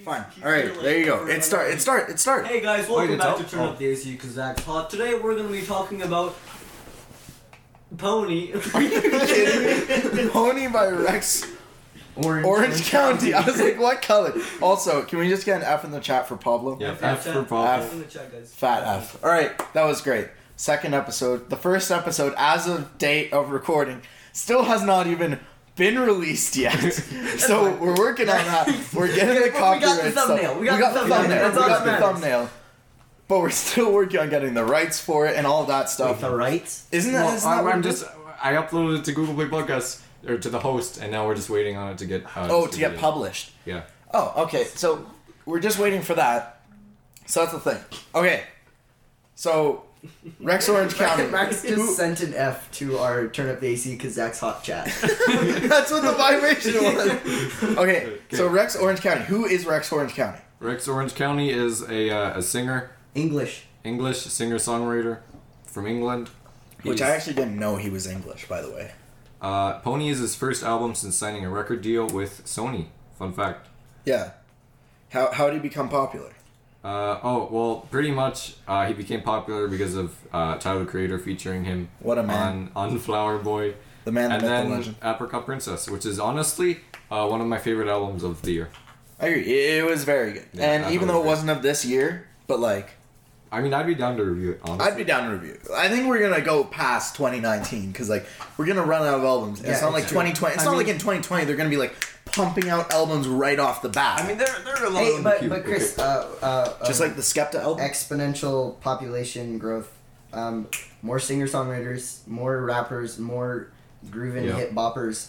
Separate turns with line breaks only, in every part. Fine. All right. There you go. It start. It start. It start.
Hey guys, welcome
Wait, it's
back
up?
to Turn
Oh.
Up
Oh.
the AC because Zach's hot. Today we're gonna be talking about Pony.
Pony by Rex.
Orange,
Orange County. I was like, what color? Also, can we just get an F in the chat for Pablo?
Yeah,
Yeah,
F for
F.
Pablo.
In the chat, guys.
Fat F. All right. That was great. Second episode. The first episode, as of date of recording, still has not even been released yet. so we're working on that. We're getting the
Okay, but we got the
copyright
thumbnail. We got
stuff.
the thumbnail.
We
That's all
got
that
the
matters.
thumbnail. But we're still working on getting the rights for it and all that stuff.
rights.
Isn't that?
Well,
isn't that
I'm,
what
I'm
it is?
just. I uploaded it to Google Play Podcast or to the host, and now we're just waiting on it to get. Uh,
Oh, to get
distributed.
published.
Yeah.
Oh, okay. So we're just waiting for that. So that's the thing. Okay. So Rex Orange County.
Max just
Who-
sent an F to our turn up the AC because Zach's hot chat.
that's what the vibration was. Okay. So Rex Orange County. Who is Rex Orange County?
Rex Orange County is a uh, a singer,
English.
English singer songwriter from England.
Which
He's-
I actually didn't know he was English, by the way.
Uh, Pony is his first album since signing a record deal with Sony. Fun fact.
Yeah. How how did he become popular?
Uh, oh well, pretty much uh, he became popular because of uh, Tyler the Creator featuring him.
What a man.
On, on Flower Boy,
The man, the
and
myth, the
then
legend.
Apricot Princess, which is honestly uh, one of my favorite albums of the year.
I agree. It it was very good.
Yeah, I
and even
thought it
though it
was
wasn't of this year, but like
I mean, I'd be down to review it. Honestly,
I'd be down to review. I think we're gonna go past 2019 because like we're gonna run out of albums.
Yeah,
it's not
it's
like
true.
2020. It's
I
not
mean-
like in 2020 they're gonna be like pumping out albums right off the bat.
I mean, there there are a lot
Hey,
of
but,
cute-
but Chris,
okay.
uh, uh, um,
just like the Skepta album.
exponential population growth, um, more singer songwriters, more rappers, more grooving
Yeah.
hip boppers.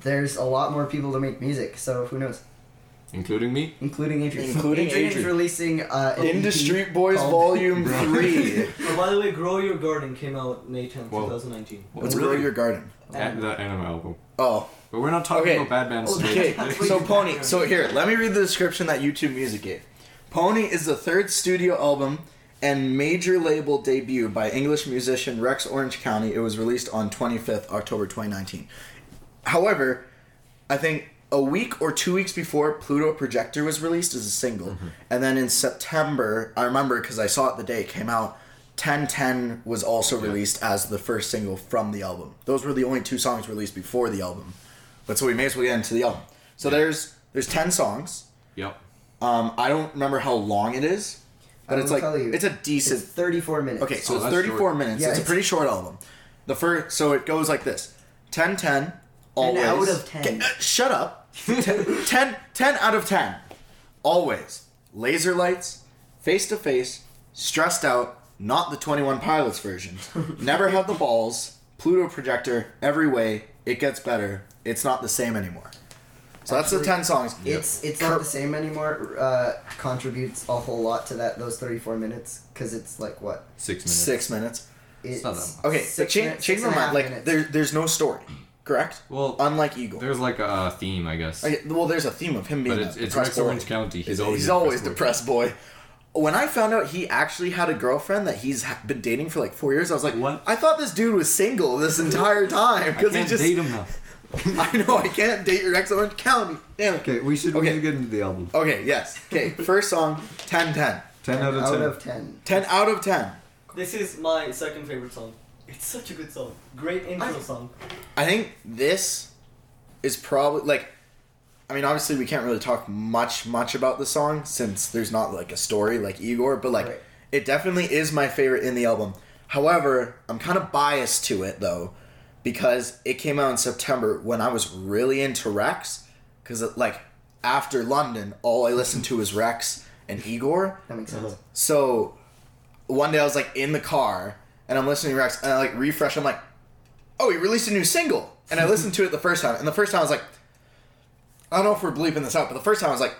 There's a lot more people to make music, so who knows?
including me.
Including Adrian.
Including
Adrian's
Adrian.
releasing uh, an
In the
EP
Street Boys
called-
Volume Three.
Oh, by the way, Grow Your Garden came out May 10th,
Whoa.
2019.
Let's
Really?
grow your garden.
An- the anime album.
Oh,
But we're not talking
Okay.
about Bad Man's
okay.
Snake.
So Pony. So here, let me read the description that YouTube Music gave. Pony is the third studio album and major label debut by English musician Rex Orange County. It was released on 25th October 2019. However, I think a week or two weeks before Pluto Projector was released as a single, and then in September, I remember because I saw it the day it came out. 1010 was also released as the first single from the album. Those were the only two songs released before the album, but so we may as well get into the album. So there's there's 10 songs.
Yep.
Um, I don't remember how long it is, but
I
it's
will
like
tell you.
it's a
It's
decent
34 minutes.
Okay, so
Oh,
it's
that's
34
short.
minutes.
Yeah,
it's, a
it's-
pretty short album. The first, so it goes like this: 10, 10, always.
out of 10.
Get- uh, shut up. 10, 10, 10 out of 10. Always. Laser lights. Face to face. Stressed out. Not the 21 Pilots version. Never have the balls. Pluto projector. Every way. It gets better. It's not the same anymore. So that's the
Actually,
10 songs.
It's it's not the same anymore. Uh, contributes a whole lot to that those 34 minutes because it's like what
Six minutes.
six minutes.
it's,
not that much.
Okay, but
six
change,
minutes-
change my
six and a
mind.
half
Like
minutes.
there, there's no story, correct?
Well,
unlike Eagle,
There's like a theme, I guess.
Okay, well, there's a theme of him being
But it's,
a
it's
depressed
Rex
boy.
Orange County. He's always
he's
a
always
boy.
depressed boy. When I found out he actually had a girlfriend that he's ha- been dating for like four years, I was like,
What?
I thought this dude was single this entire time
I
because he
can't
just.
date him now.
I know I can't date Rex Orange County. Damn. it.
we should
Okay.
get into the album.
Okay. Yes. Okay. First song, 10, 10.
10 out of 10.
out of 10.
10 out of ten.
This is my second favorite song. It's such a good song. Great intro song.
I think this is probably like I mean obviously we can't really talk much much about the song since there's not like a story like Igor, but like
Right.
it definitely is my favorite in the album. However, I'm kind of biased to it though because it came out in September when I was really into Rex cuz like after London all I listened to was Rex and Igor.
That makes
Uh-huh.
sense.
So one day I was like in the car and I'm listening to Rex and I like refresh. I'm like, oh, he released a new single. And I listened to it the first time. And the first time I was like, I don't know if we're bleeping this out, but the first time I was like,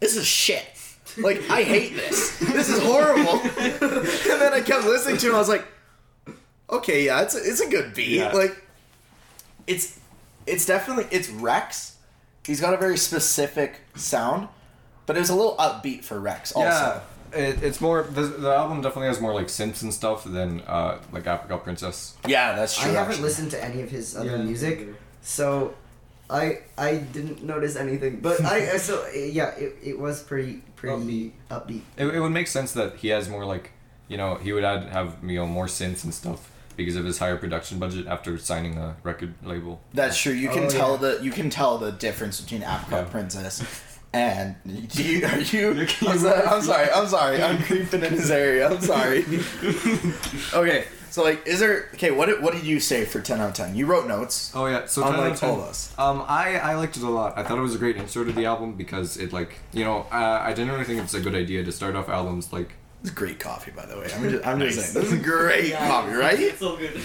this is shit. Like, I hate this. This is horrible. and then I kept listening to it and I was like, okay, yeah, it's a, it's a good beat.
Yeah.
Like, it's it's definitely it's Rex. He's got a very specific sound, but it was a little upbeat for Rex also.
Yeah, it, it's more. The, the album definitely has more like synths and stuff than uh, like Apricot Princess.
Yeah, that's
I haven't listened to any of his other
Yeah,
music,
neither.
so I I didn't notice anything, but I I- so uh, yeah, it, it was pretty pretty upbeat.
It, it would make sense that he has more like, you know, he would add, have you know more synths and stuff because of his higher production budget after signing a record label.
That's true. You can
Oh,
tell
yeah.
the you can tell the difference between Apricot
Yeah.
Princess and do you are you? I'm, so- I'm sorry. I'm sorry. I'm creeping in his area. I'm sorry. okay, so like, is there okay? What did, what did you say for ten out of ten? You wrote notes.
Oh yeah, so
Unlike
10 out of 10.
all of us.
Um, I I liked it a lot. I thought it was a great intro to the album because it like you know uh, I didn't really think it's a good idea to start off albums like
This is great coffee, by the way. I'm just, I'm just
Nice.
saying this is great
Yeah.
coffee, right?
It's so good.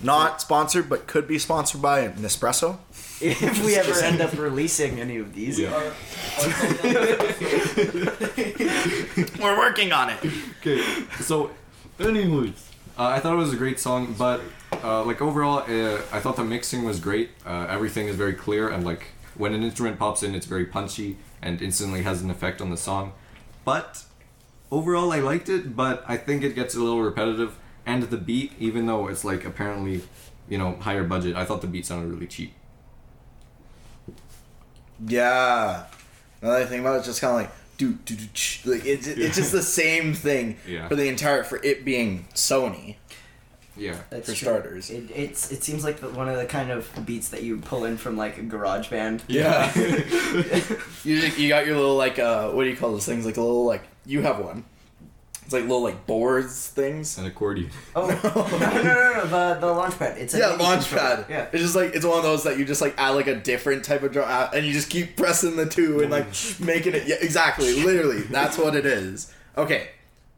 Not sponsored, but could be sponsored by Nespresso.
If we ever end up releasing any of these,
Yeah.
Our- our song-
We're working on it.
Okay, so, anyways, uh, I thought it was a great song, but uh, like overall, uh, I thought the mixing was great. Uh, everything is very clear, and like when an instrument pops in, it's very punchy and instantly has an effect on the song. But overall, I liked it, but I think it gets a little repetitive. And the beat, even though it's like apparently, you know, higher budget, I thought the beat sounded really cheap.
Yeah. Another thing about it is just kind of like do do do ch- like it's it's just the same thing
Yeah.
for the entire for it being Sony.
Yeah.
For starters.
It, it's it seems like the, one of the kind of beats that you pull in from like a garage band.
Yeah. you you got your little like uh what do you call those things like a little like you have one. It's like little like boards things.
An accordion.
Oh no no no no the the launch pad. It's a
Yeah,
MIDI controller.
launchpad.
Yeah.
It's just like it's one of those that you just like add like a different type of drum and you just keep pressing the two and like making it yeah exactly literally that's what it is. Okay,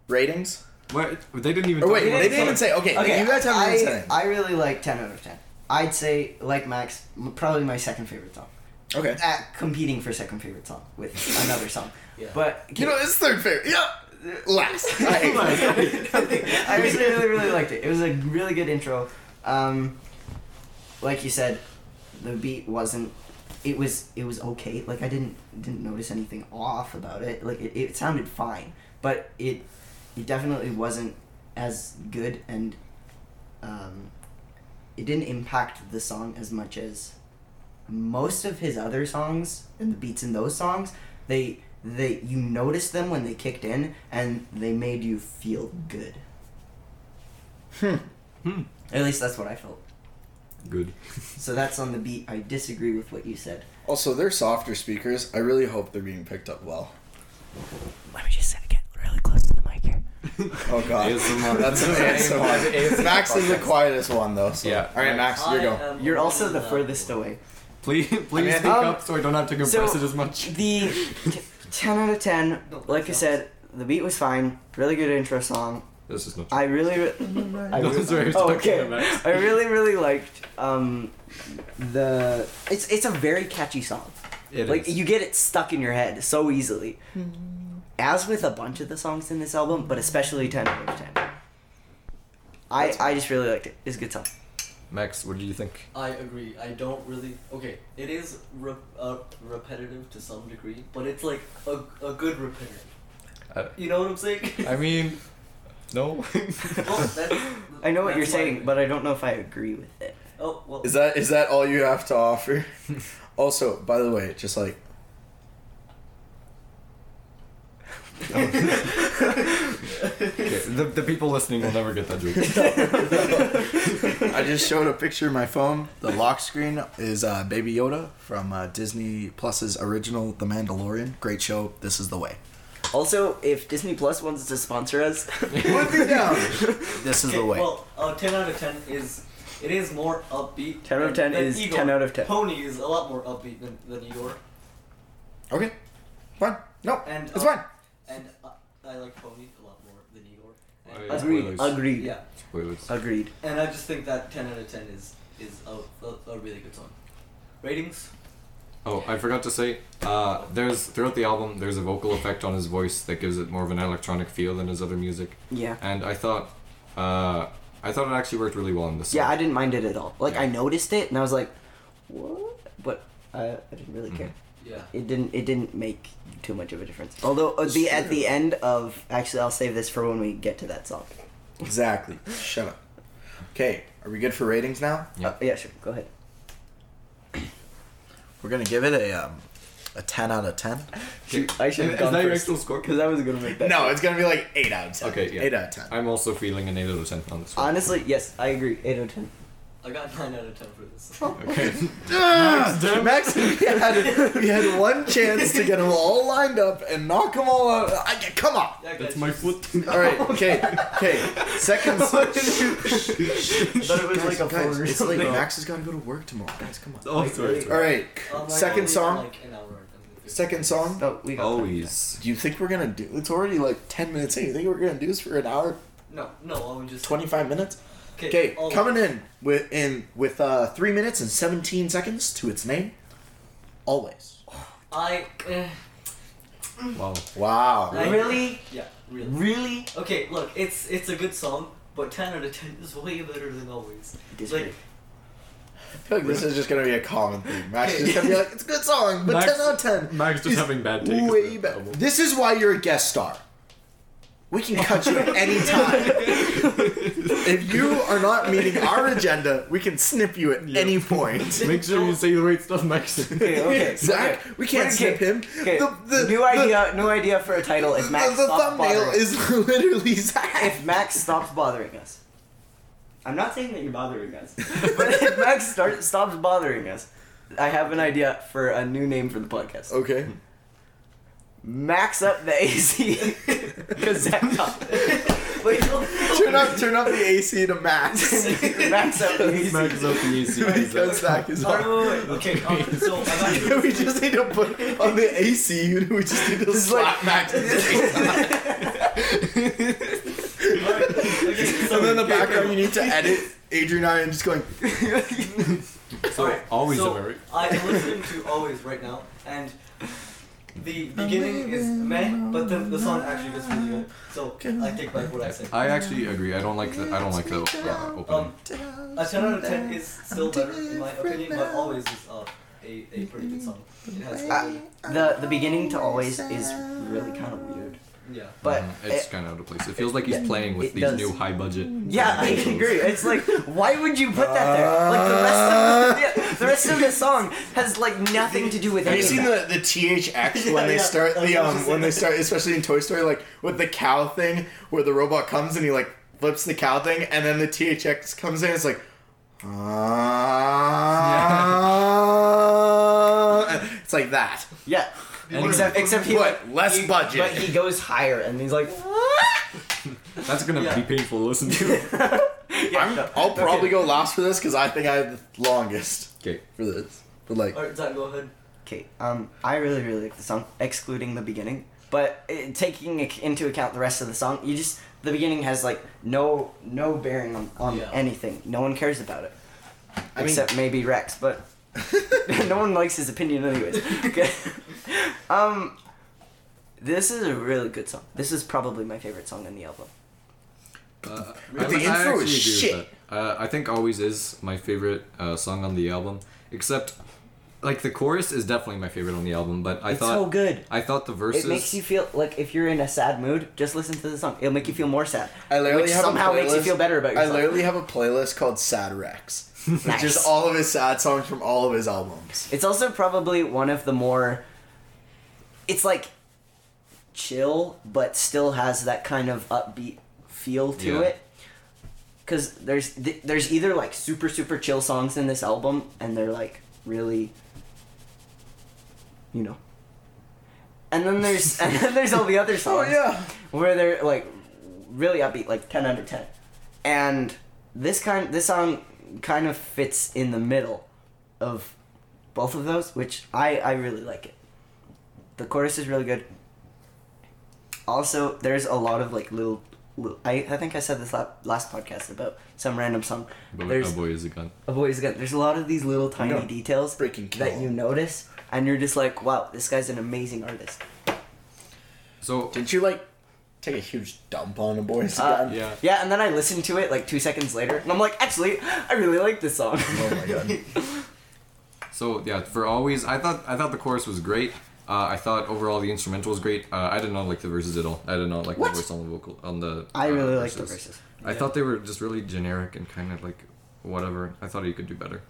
ratings.
But they didn't even.
Or
talk
Oh, wait,
about
they
the
didn't even
song.
say. Okay,
Okay,
you guys haven't
I
even said. anything.
I really like ten out of ten. I'd say like Max, m- probably my second favorite song.
Okay.
At competing for second favorite song with another song,
Yeah.
but
You know, it's third favorite. Yeah. Last. I hate that.
I actually really, really liked it. It was a really good intro. Um, like you said, the beat wasn't. It was it was okay. Like I didn't didn't notice anything off about it. Like it, it sounded fine, but it it definitely wasn't as good, and um, it didn't impact the song as much as most of his other songs and the beats in those songs. They they you noticed them when they kicked in, and they made you feel good.
Hmm.
At least that's what I felt.
Good.
So that's on the beat. I disagree with what you said.
Also, they're softer speakers. I really hope they're being picked up well.
Let me just get really close to the mic here.
Oh god.
ASMR.
That's an
ASMR.
ASMR. Max is the quietest one though. So.
Yeah.
All right, Max, you
I
go.
am
You're also the
unbelievable.
furthest away.
Please, please
I
speak
um,
up so I don't have to compress
so-
it as much.
The t- ten out of ten.
No,
Like I
that's
said, the beat was fine. Really good intro song.
This is not.
I really. re-
That
I really
was what I was
oh,
talking
okay.
about.
I really really liked um, the. It's it's a very catchy song.
It
like
is.
you get it stuck in your head so easily. As with a bunch of the songs in this album, but especially ten out of ten. I I just really liked it. It's a good song.
Max, what do you think?
I agree. I don't really. Okay, it is re- uh, repetitive to some degree, but it's like a, a good repetitive.
Uh,
You know what I'm saying?
I mean, no.
Well,
Oh,
that's-
I know what
that's my
you're saying,
opinion.
but I don't know if I agree with it.
oh well.
Is that is that all you have to offer? also, by the way, just like
Okay, the, the people listening will never get that joke.
I just showed a picture of my phone. The lock screen is uh, Baby Yoda from uh, Disney Plus's original The Mandalorian. Great show. This is the way.
Also, if Disney Plus wants to sponsor us,
Put me down. This is the
Okay,
way.
Well, uh, ten out of ten is. It is more upbeat.
10 out of
than-
10
than
is
Igor.
10 out of 10.
Pony is a lot more upbeat than than Igor,
Okay. Fine. No,
And,
it's
uh,
fine.
and uh, I like Pony a lot more than Igor. And,
Why?
agreed,
Spoilers.
agreed,
yeah,
Spoilers.
agreed.
and I just think that ten out of ten is is a, a, a really good song. Ratings.
Oh, I forgot to say, uh, there's throughout the album, there's a vocal effect on his voice that gives it more of an electronic feel than his other music,
Yeah.
and I thought, uh, I thought it actually worked really well in this.
Yeah,
song.
I didn't mind it at all. Like, I noticed it, and I was like, what? But I, I didn't
Mm-hmm.
really care.
Yeah.
It didn't. It didn't make too much of a difference. Although uh, the at the end of actually, I'll save this for when we get to that song.
Exactly. Shut up. Okay, are we good for ratings now?
Yeah.
Uh, yeah, sure. Go ahead.
We're gonna give it a um, a ten out of ten.
I should have
Is
gone
that your
first.
actual score?
Because I was gonna make that.
No, it's gonna be like eight out of ten.
Okay, yeah.
eight out of ten.
I'm also feeling an 8 out of 10 on this one.
Honestly, yes, I agree. Eight out of ten.
I got 9 out of 10 for this.
Oh.
Okay.
Ah, Max, we had, we had one chance to get them all lined up and knock them all out. I, come on.
Yeah,
That's
guys,
my
just-
foot.
All right. Okay. Okay. Second.
thought it was like a
guys,
four or
it's late.
something.
Max has got to go to work tomorrow. Guys, come on.
Oh, sorry.
All right.
Oh my God,
Second
it's
song.
Like an hour and
Second song.
No, Oh, we got
Oh,
Always.
Do you think we're gonna do? It's already like ten minutes in. You think we're gonna do this for an hour,
No, no, I would just.
twenty-five minutes? Okay,
all of
coming
it.
in with in with uh, three minutes and seventeen seconds to its name. Always.
I. eh,
Wow.
Wow.
Right.
Really?
yeah, really.
Really?
Okay, look, it's it's a good song, but 10 out of 10 is way better than always.
Disagree.
I feel like this is just gonna be a common theme. Max is just gonna be like, it's a good song, but
Max-
ten out of ten.
Max just
is
having bad takes.
Way better. This is why you're a guest star. We can cut you at any time. if you are not meeting our agenda, we can snip you at any point.
Make sure you say the right stuff, Max.
Okay, okay.
Zach, we can't
Okay.
snip him.
Okay.
The, the,
new
the-
idea. New idea for a title. If
the-
Max
the
stopped
thumbnail
bothering.
is literally Zach.
If Max stops bothering us. I'm not saying that you're bothering us, but if Max start, stops bothering us, I have an idea for a new name for the podcast.
Okay.
Max up the AC. Because Zach up. Wait,
Turn up, turn up the AC to max.
Max up the AC.
Max up the AC.
because Zach is
Alright,
on.
wait, wait, wait, Okay, um, so I got you.
we just need to put on the AC. unit, We just need to slap Max.
Alright, okay, so
and then the
okay,
background,
okay.
you need to edit Adrian and I just going.
So, always
so
America.
I am listening to Always right now, and the beginning is meh, but then the song actually gets really good. So I take back what I said.
I actually agree. I don't like the I don't like the uh, opening.
Um, a 10 out of 10 is still better, in my opinion, but Always is uh, a, a pretty good song. It has
Uh, the the beginning to always is really kind of weird.
yeah.
But
Mhm,
Mm,
it's
Oh. it-
kind of out of place. It feels like he's playing with
it
these
does.
new high budget.
yeah, I agree. It's like why would you put that there? Like the rest of the, the rest of the song has like nothing to do with
Have you
anything.
seen the, the THX when they
Yeah,
start
I was
the
gonna
um
say
when they
that.
start especially in Toy Story like with the cow thing where the robot comes and he like flips the cow thing and then the THX comes in it's like ah, it's like that
yeah.
And-
Except except he
What? Less
he-
budget.
But he goes higher and he's like
That's gonna
Yeah.
be painful to listen to.
I'm, I'll probably go last for this because I think I have the longest
okay.
for this but like
Alright, Zach, go ahead.
Okay, um, I really, really like the song, excluding the beginning. But uh, taking ac- into account the rest of the song, you just the beginning has like no no bearing on, on
Yeah.
anything. No one cares about it,
I mean-
except maybe Rex. But no one likes his opinion, anyways. Okay. um, this is a really good song. This is probably my favorite song on the album.
Uh,
the intro is
actually agree with
shit.
that. Uh, I think always is my favorite uh, song on the album, except like the chorus is definitely my favorite on the album. But I
it's
thought
so good.
I thought the verses.
It makes you feel like if you're in a sad mood, just listen to the song. It'll make you feel more sad.
I literally
which
have
somehow
a playlist,
makes you feel better about yourself.
I literally have a playlist called Sad Rex
Nice.
which is all of his sad songs from all of his albums
It's also probably one of the more. It's like chill, but still has that kind of upbeat feel to
Yeah.
it. Because there's th- there's either like super super chill songs in this album, and they're like really, you know. And then there's and then there's all the other
Oh,
songs where they're like really upbeat, like ten out of ten. And this kind this song kind of fits in the middle of both of those, which I I really like it. The chorus is really good. Also, there's a lot of like little. little I, I think I said this la- last podcast about some random song.
But
there's
oh boy, is it gone.
I've always got there's a lot of these little tiny
No.
details
Freaking
that
kill.
you notice, and you're just like, wow, this guy's an amazing artist.
So
Didn't you like take a huge dump on a boy's
Uh,
gun?
yeah.
Yeah, and then I listened to it like two seconds later, and I'm like, actually, I really like this song.
Oh my god.
So yeah, for always, I thought I thought the chorus was great. Uh, I thought overall the instrumental was great. Uh, I did not like the verses at all. I did not like
What?
the voice on the vocal on the.
I
uh,
really like the verses.
I
Yeah.
thought they were just really generic and kind of like whatever. I thought he could do better.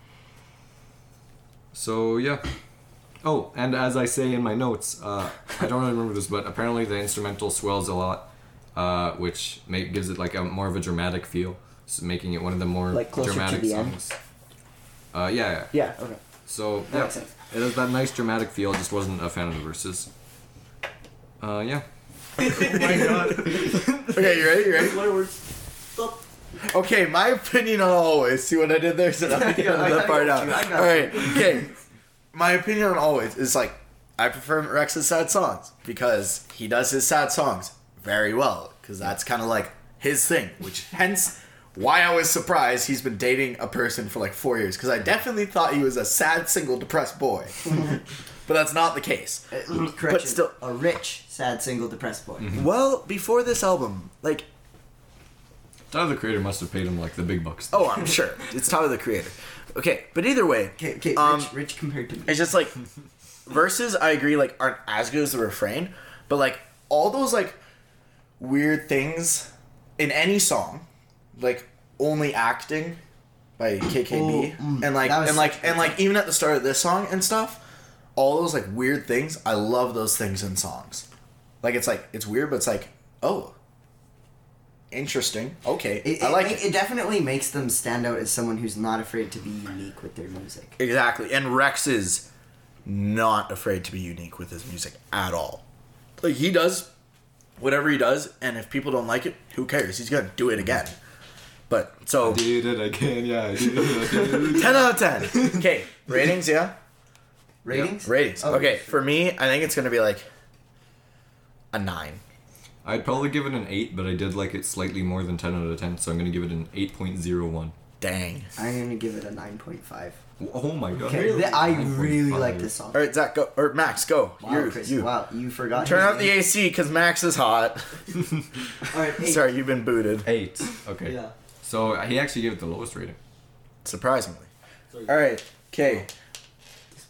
So yeah, Oh, and as I say in my notes, uh, I don't really remember this, but apparently the instrumental swells a lot, uh, which make, gives it like a more of a dramatic feel, so making it one of the more
Like closer to
dramatic
the end?
songs. Uh, yeah, yeah.
Yeah. Okay.
So
That
yeah,
makes sense.
it has that nice dramatic feel. I just wasn't a fan of the verses. Uh, yeah.
Okay, you ready? You ready?
What words? Stop.
Okay, my opinion on always. See what I did there? So I'm gonna
Yeah, I
edit that
know
part
what
out.
you- I know.
All right. Okay. My opinion on always is like I prefer Rex's sad songs because he does his sad songs very well because that's kind of like his thing, which hence why I was surprised he's been dating a person for like four years because I definitely thought he was a sad, single, depressed boy, but that's not the case.
Uh, Correction.
still-
a rich, sad, single, depressed boy.
Well, before this album, like
Tyler the Creator must have paid him like the big bucks.
oh, I'm sure it's Tyler the Creator. Okay, but either way,
Okay, okay,
Um,
rich, rich compared to me.
It's just like verses. I agree, like aren't as good as the refrain, but like all those like weird things in any song, like only acting by KKB,
Oh, mm,
and like
that was
and
such
like
a
and like even at the start of this song and stuff, all those like weird things. I love those things in songs. Like it's like it's weird, but it's like oh, interesting. Okay,
It,
I like
it, it definitely makes them stand out as someone who's not afraid to be unique with their music.
Exactly. And Rex is not afraid to be unique with his music at all. Like he does whatever he does, and if people don't like it, who cares? He's gonna do it again. But so
Did it again? Yeah. I Did it again.
ten out of ten. Okay. Ratings, yeah? Um,
Ratings?
Ratings.
Oh,
okay. For me, I think it's gonna be like a nine.
I'd probably give it an eight, but I did like it slightly more than ten out of ten, so I'm gonna give it an eight point zero one.
Dang.
I'm gonna give it a 9.5.
Oh my god!
Okay, th- I
9.5.
really like this song.
Alright, Zach, go or Max, go.
Wow,
you
Chris,
you
wow, you forgot.
turn
his
off the
name.
AC because Max is hot.
All right. Eight.
Sorry, you've been booted.
Eight. Okay.
Yeah.
So he actually gave it the lowest rating.
Surprisingly.
Sorry.
All right. Okay.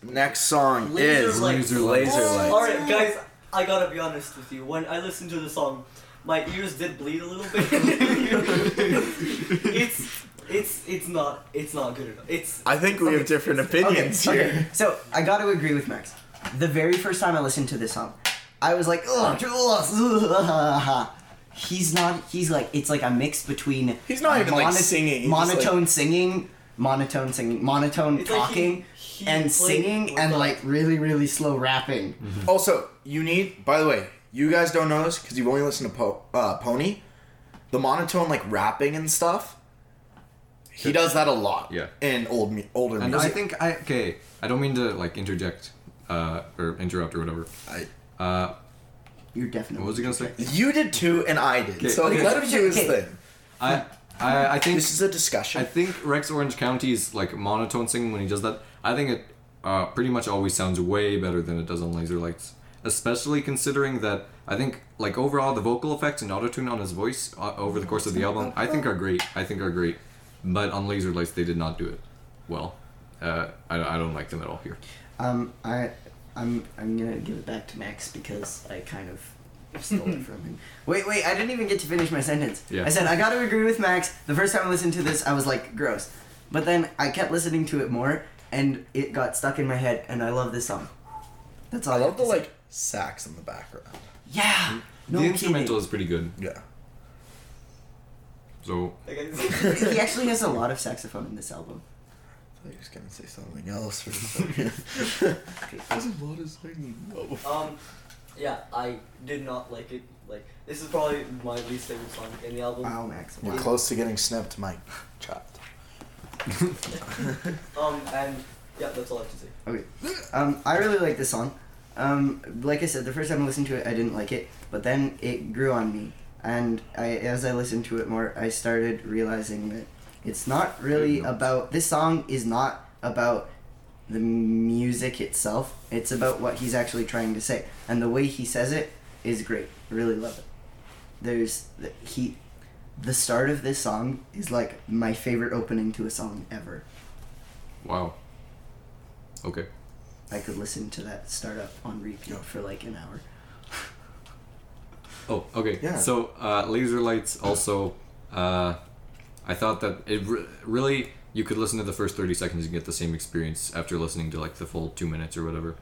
Next song
Laser
is
Light.
Laser
Laser
Light.
Light.
All right, guys. I gotta be honest with you. When I listened to the song, my ears did bleed a little bit. it's it's it's not it's not good enough. It's
I think we have different opinions
Okay,
here.
so I gotta agree with Max. The very first time I listened to this song, I was like, ugh, ugh, ugh." he's not. He's like, it's like a mix between.
He's not even, like,
mono-
singing, he's just,
Monotone singing, monotone singing, monotone
It's like he-
talking,
he
and
played
singing,
with
and
the-
like really, really slow rapping.
Mm-hmm.
Also, you need. By the way, you guys don't know this because you've only listened to po- uh, Pony. The monotone like rapping and stuff. He does that a lot.
Yeah.
In old mu- older
And I
music.
think I okay. I don't mean to like interject uh, or interrupt or whatever.
I-
Uh,
You're definitely.
what was I gonna say?
you did too, and I did.
Okay,
so
okay.
let him do his
Okay.
thing.
I I, I think
This is a discussion.
I think Rex Orange County's like monotone singing when he does that. I think it uh, pretty much always sounds way better than it does on Laser Lights, especially considering that I think like overall the vocal effects and autotune on his voice uh, over the course of the album I think are great. I think are great, but on Laser Lights they did not do it well. Uh, I, I don't like them at all here.
Um, I, I'm, I'm gonna give it back to Max because I kind of stole it from him. Wait, wait, I didn't even get to finish my sentence.
Yeah.
I said I gotta agree with Max. The first time I listened to this, I was like, gross. But then I kept listening to it more, and it got stuck in my head, and I love this song. That's all.
I love
have
the
to say.
like sax in the background.
Yeah. No
the
kidding.
instrumental is pretty good.
Yeah.
So
Okay.
he actually has a lot of saxophone in this album.
I was gonna say something else for a second. There's a lot of singing. Oh.
um, yeah, I did not like it. Like this is probably my least favorite song in the
Oh.
album.
Wow, Max.
We're
Wow.
close to getting snipped, Mike. Chopped.
Um, and yeah, that's all I have to say.
Okay. Um, I really like this song. Um, like I said, the first time I listened to it, I didn't like it, but then it grew on me, and I, as I listened to it more, I started realizing that it's not really
Good notes.
about this song is not about the music itself. It's about what he's actually trying to say, and the way he says it is great. I really love it. There's the, he, the start of this song is like my favorite opening to a song ever.
wow. Okay.
I could listen to that startup on repeat for like an hour.
Oh, okay.
Yeah.
So, uh, laser lights also. Uh, I thought that it re- really you could listen to the first thirty seconds and get the same experience after listening to like the full two minutes or whatever.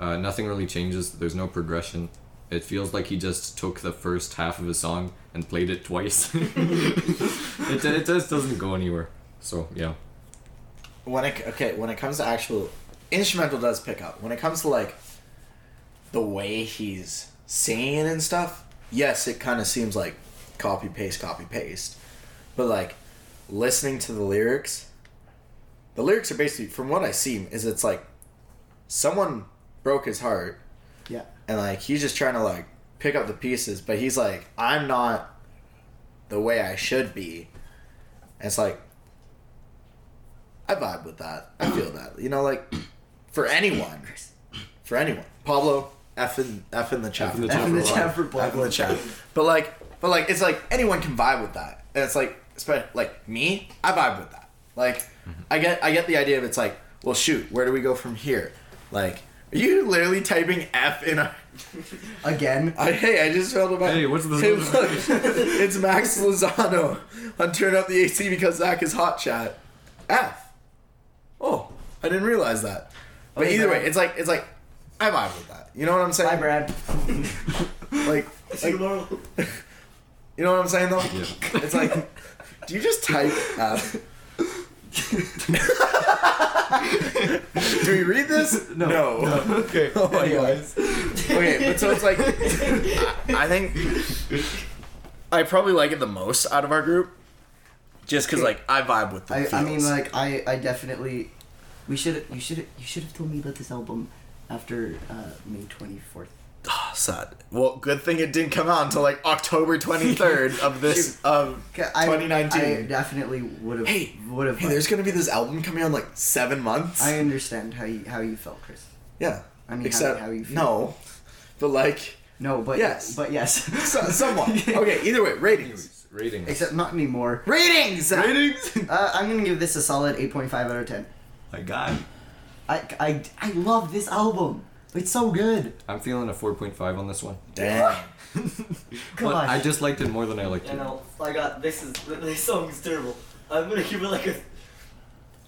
Uh, nothing really changes. There's no progression. It feels like he just took the first half of a song and played it twice. it, it just doesn't go anywhere. So yeah,
when it okay when it comes to actual instrumental does pick up when it comes to like the way he's singing and stuff yes it kind of seems like copy paste copy paste but like listening to the lyrics the lyrics are basically from what i see is it's like someone broke his heart
Yeah.
and like he's just trying to like pick up the pieces but he's like i'm not the way i should be and it's like i vibe with that i feel that you know like for anyone for anyone pablo f in f in the chat
F in the
F
chat
in the
for
chat
Pablo.
F in the chat but like but like it's like anyone can vibe with that and it's like spe- like me i vibe with that like i get i get the idea of it's like well shoot where do we go from here like are you literally typing f in a
Again.
I, hey, I just felt about.
Hey, what's the-
Hey, look, it's Max Lozano on Turn Up the AC because Zach is hot chat. F. Oh, I didn't realize that. But
Okay,
either
Brad.
way, it's like it's like I vibe with that. You know what I'm saying?
Bye, Brad.
Like, like
Laurel.
you know what I'm saying though?
yeah.
It's like, do you just type F? do we read this? No.
okay.
Oh my god. okay, but so it's like I, I think I probably like it the most out of our group, just because like I vibe with the
I, I mean,
feels.
like, I, I definitely. We should. You should. You should have told me about this album after uh, May twenty fourth.
Ah, sad. Well, good thing it didn't come out until like October twenty third of this of twenty
I
nineteen.
definitely would have.
Hey,
would have.
Hey, there's gonna be this album coming out in like seven months.
I understand how you how you felt, Chris.
yeah.
I mean, how-
Except
how you feel.
no, but like
No, but
Yes.
but yes.
so, somewhat. Okay. Either way, ratings.
Anyways, ratings.
Except not anymore.
Ratings.
ratings.
Uh, I'm gonna give this a solid 8.5 out of 10.
My God.
I, I, I love this album. It's so good.
I'm feeling a 4.5 on this one.
Damn.
Gosh.
Well, I just liked it more than I liked
You
it.
know, I got this is this song is terrible. I'm gonna give it like a.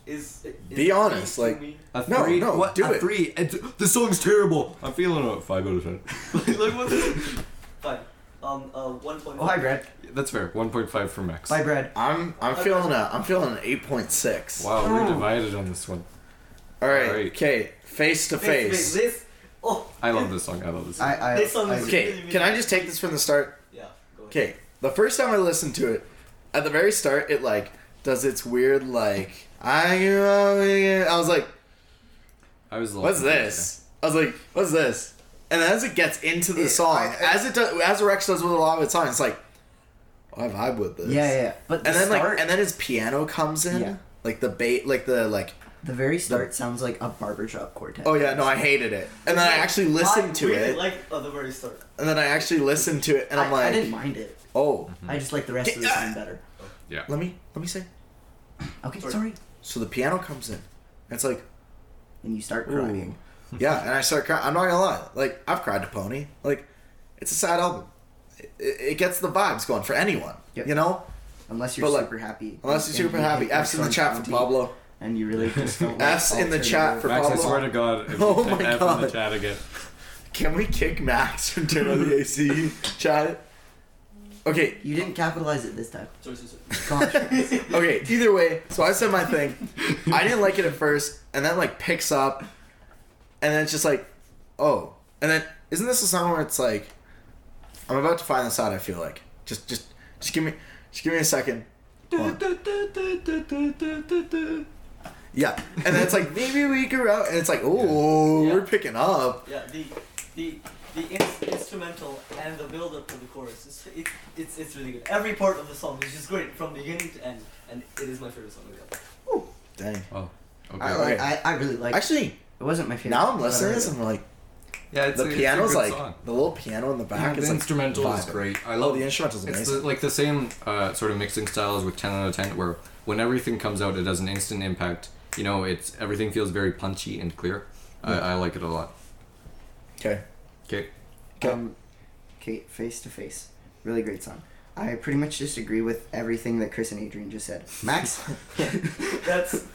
Is, is
Be honest,
to
like-
me.
A
No,
three?
no,
what?
do
a
it.
three? It's, the song's terrible. I'm feeling a five out of ten. like, like, what?
fine. Um, uh, one point.
oh, hi, Brad.
That's fair. 1.5 for Max.
Bye, Brad.
I'm I'm feeling a I'm feeling an eight point six.
Wow, we're
Oh.
divided on this one.
All right,
All right.
okay, face to
Wait, wait,
face.
This. Oh.
I love this song. I love this. Song.
I, I,
This one
I
is-
Okay, can I just take this from the start?
Yeah. Go ahead.
Okay, the first time I listened to it, at the very start, it like does its weird like I I was like,
I was. a little
what's
Oh,
confused
this? I was like, what's this? And then as it gets into the
It-
song,
I- I-
as it does, as Rex does with a lot of its songs, it's like, "Oh, I vibe with this.
yeah, yeah, yeah. But the
And then
start,
like, and then his piano comes in,
Yeah.
like the bait, like the like.
the very start sounds like a barbershop quartet.
Oh yeah, no, I hated it. And then I actually listened to
really
it,
Like oh, the very start.
and then I actually listened to it, and
I,
I'm
I
like,
didn't mind it.
oh,
I just like the rest of the
Yeah.
song better.
Yeah.
let me let me say.
Okay,
Sorry.
sorry.
So the piano comes in. It's like,
And you start
Ooh.
crying.
yeah, and I start crying. I'm not gonna lie. Like I've cried to Pony. Like it's a sad album. It, it gets the vibes going for anyone.
Yep.
You know,
Unless you're
But, like,
super happy.
unless you're
And
super
you
happy.
hate your
F's in the
son
chat for
Monty,
Pablo.
And you really just don't like
F's in the chat
alternative-
for-
Max, I
Pablo.
swear to God, if
Oh
you
my
type F in
God.
the chat again.
Can we kick Max from turn on the AC chat? Okay,
You didn't capitalize it this time.
Sorry, sorry, sorry.
Gosh.
okay. Either way, so I said my thing. I didn't like it at first, and then like picks up, and then it's just like, oh, and then isn't this a song where it's like, I'm about to find this out. I feel like just just just give me just give me a second. Hold on. Yeah, and then it's like maybe we can out, and it's like oh,
Yeah.
we're picking up.
Yeah, the the the ins- instrumental and the build up to the chorus. It's, it, it's it's really good. Every part of the song is just great from beginning to end, and it is my favorite song. of the album.
Dang.
Oh. Okay.
I, like, I, I really like it.
Actually,
wasn't my favorite.
now I'm
but I
listening to
really
this, I'm like
yeah, it's
the
a, it's a
piano's
good
like
song.
the little piano in the
Yeah,
back
the
is like
instrumental is
vibing.
great. I
Oh,
love
the instrumental is
It's
amazing.
the, like the same uh, sort of mixing style as with 10 out of 10, where when everything comes out, it has an instant impact. You know, it's everything feels very punchy and clear.
Hmm.
I, I like it a lot.
okay.
Okay.
Okay.
Um, Kate, face to face. Really great song. I pretty much just agree with everything that Chris and Adrian just said. Max,
That's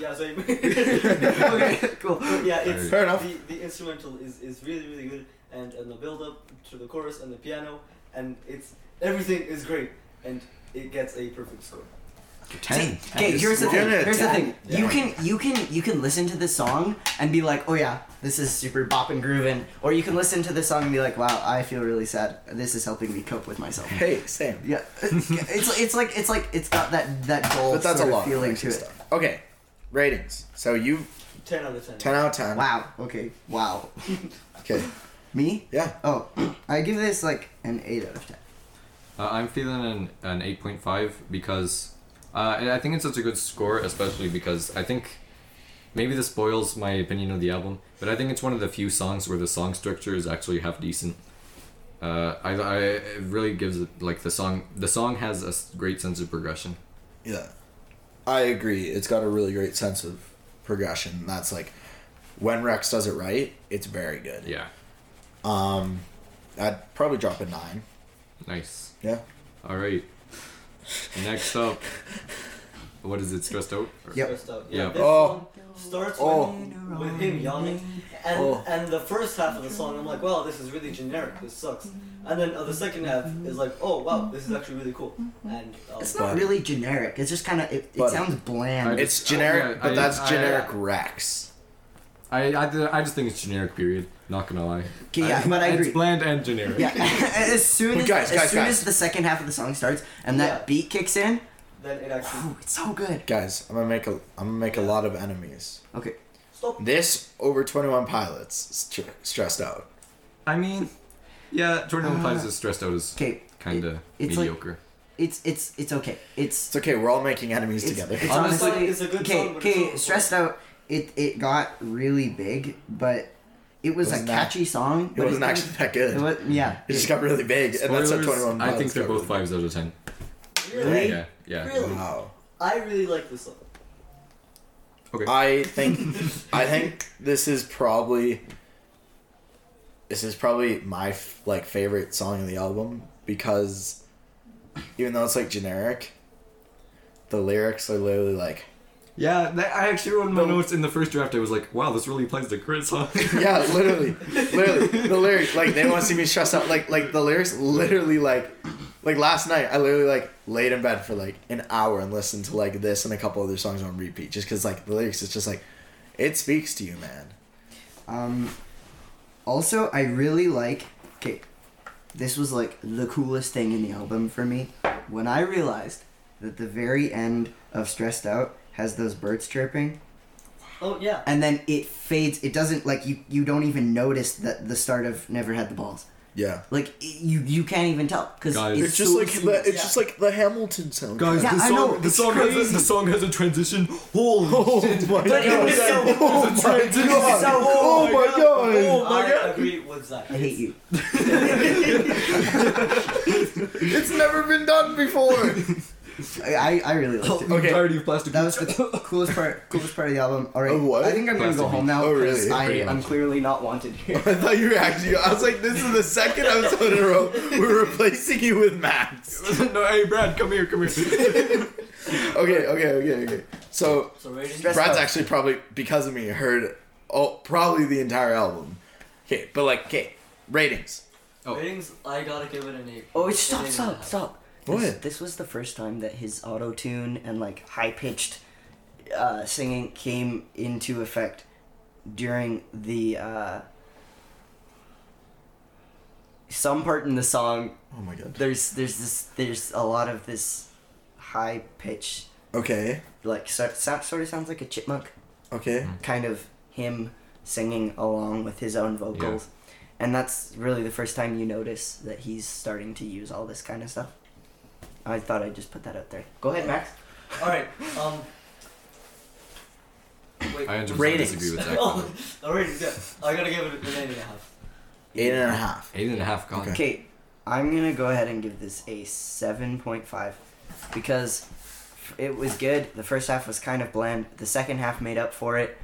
yeah, same. okay,
cool.
yeah, it's
Fair enough.
The, the instrumental is, is really really good, and and the build up to the chorus and the piano, and it's everything is great, and it gets a perfect score.
Ten.
Okay, here's the
Give
thing.
it a
Here's the
10.
thing. You can you can you can listen to this song and be like, oh yeah, this is super bopping grooving, or you can listen to this song and be like, wow, I feel really sad. This is helping me cope with myself.
Hey, same.
Yeah, it's it's like it's like it's got that that gold
But that's a
sort
lot
of feeling to it.
Stuff. Okay, ratings. So you
Ten out of ten.
ten out of ten.
Wow. Okay. Wow.
Okay.
Me?
Yeah.
Oh, I give this like an eight out of ten.
Uh, I'm feeling an, an 8.5 because uh, I I think it's such a good score, especially because I think maybe this spoils my opinion of the album, but I think it's one of the few songs where the song structure is actually half decent. Uh, I, I it really gives it like the song. The song has a s- great sense of progression.
Yeah. I agree. It's got a really great sense of progression. That's like when Rex does it right, it's very good.
Yeah,
Um I'd probably drop a nine.
nice.
Yeah.
All right. Next up, what is it? Stressed out. Or-
Yep.
First up,
Yeah.
yeah. This
Oh.
song starts
Oh.
with, with him yawning, and
Oh.
and the first half of the song, I'm like, wow, this is really generic. This sucks. And then uh, the second half is like, oh wow, this is actually really cool. And um,
It's not
But-
really generic. It's just kind of it, it
But-
sounds bland.
I- oh,
It's generic,
yeah,
but
I-
that's
I- uh,
generic Rex.
I, I I just think it's generic. Period. Not gonna lie.
Okay, yeah, but I agree.
It's bland and generic.
Yeah, as soon
But
as,
guys,
as
guys,
soon
guys.
as the second half of the song starts and
Yeah.
that beat kicks in,
then it actually
oh, it's so good.
Guys, I'm gonna make a I'm gonna make a lot of enemies.
Okay,
stop.
This over twenty one pilots str- stressed out.
I mean, yeah, Jordan uh, Piles is stressed out as
okay,
kind of
it's like-
mediocre.
it's it's it's okay. It's
It's okay, we're all making enemies
it's,
together.
It's
Honestly,
honestly,
it's a good
okay.
song, but it's
okay,
not-
stressed out. It it got really big, but it was
Wasn't
a
that-
catchy song.
it
but
wasn't
didn't-
actually that good.
It was, yeah.
it just got really big, and that's how
Spoilers,
twenty one
I
pilots.
think they're
got
both
really
fives out of ten.
Really?
Yeah, yeah.
Really?
big. Wow.
I really like this song.
Okay.
I think I think this is probably this is probably my f- like favorite song in the album because even though it's like generic, the lyrics are literally like
yeah, that, I actually wrote in my notes in the first draft. I was like, wow, this really plays the Chris song.
yeah, literally, literally the lyrics like they want to see me stressed out like like the lyrics literally like like last night I literally like laid in bed for like an hour and listened to like this and a couple other songs on repeat just because like the lyrics it's just like it speaks to you man
Um, also, I really like. Okay, this was like the coolest thing in the album for me when I realized that the very end of "Stressed Out" has those birds chirping,
Oh yeah.
and then it fades. It doesn't like you. You don't even notice that the start of "Never Had the Balls."
yeah.
Like i- you, you can't even tell because
Guys.
it's,
It's just
so
like the,
smooth.
it's just like the Hamilton sound.
Guys,
Yeah,
the
I
song,
know,
the,
it's
song has a,
crazy. Oh
the song has a transition. Holy shit.
Oh my
But it was so.
Oh
It's a
my
transition.
God. Oh my
Oh
god!
my
I
god.
agree with Zach.
I hate you.
It's never been done before.
I, I, I really liked it.
Okay.
Entirety of plastic.
That was the coolest part. Coolest part of the album. All right.
Oh, what?
I think I'm gonna go
Plastic
home now.
Oh, really?
'cause I
Pretty
am
much.
clearly not wanted here.
I thought you were actually. I was like, this is the second episode in a row we're replacing you with Max.
no, hey Brad, come here, come here.
Okay, okay, okay, okay. So
So rating.
Stress-
Brad's actually probably because of me heard oh probably the entire album. Okay, but like okay ratings.
Oh.
Ratings. I gotta give it an eight.
Oh,
An
stop,
eight and a
stop,
half.
stop.
What?
This, this was the first time that his auto tune and like high pitched uh, singing came into effect during the uh, some part in the song.
Oh my god.
There's there's this there's a lot of this high pitch
Okay.
like so, so, sort of sounds like a chipmunk
Okay.
kind of him singing along with his own vocals. And that's really the first time you notice that he's starting to use all this kind of stuff. I thought I'd just put that out there. Go ahead, Max.
All right. Um. Wait.
I 100%
Ratings.
disagree with Zach.
oh, the ratings. Yeah. I gotta give it an eight and a half.
Eight and a half.
Eight and a half, God.
Okay.
Okay, I'm gonna go ahead and give this a 7.5 because it was good. The first half was kind of bland, the second half made up for it,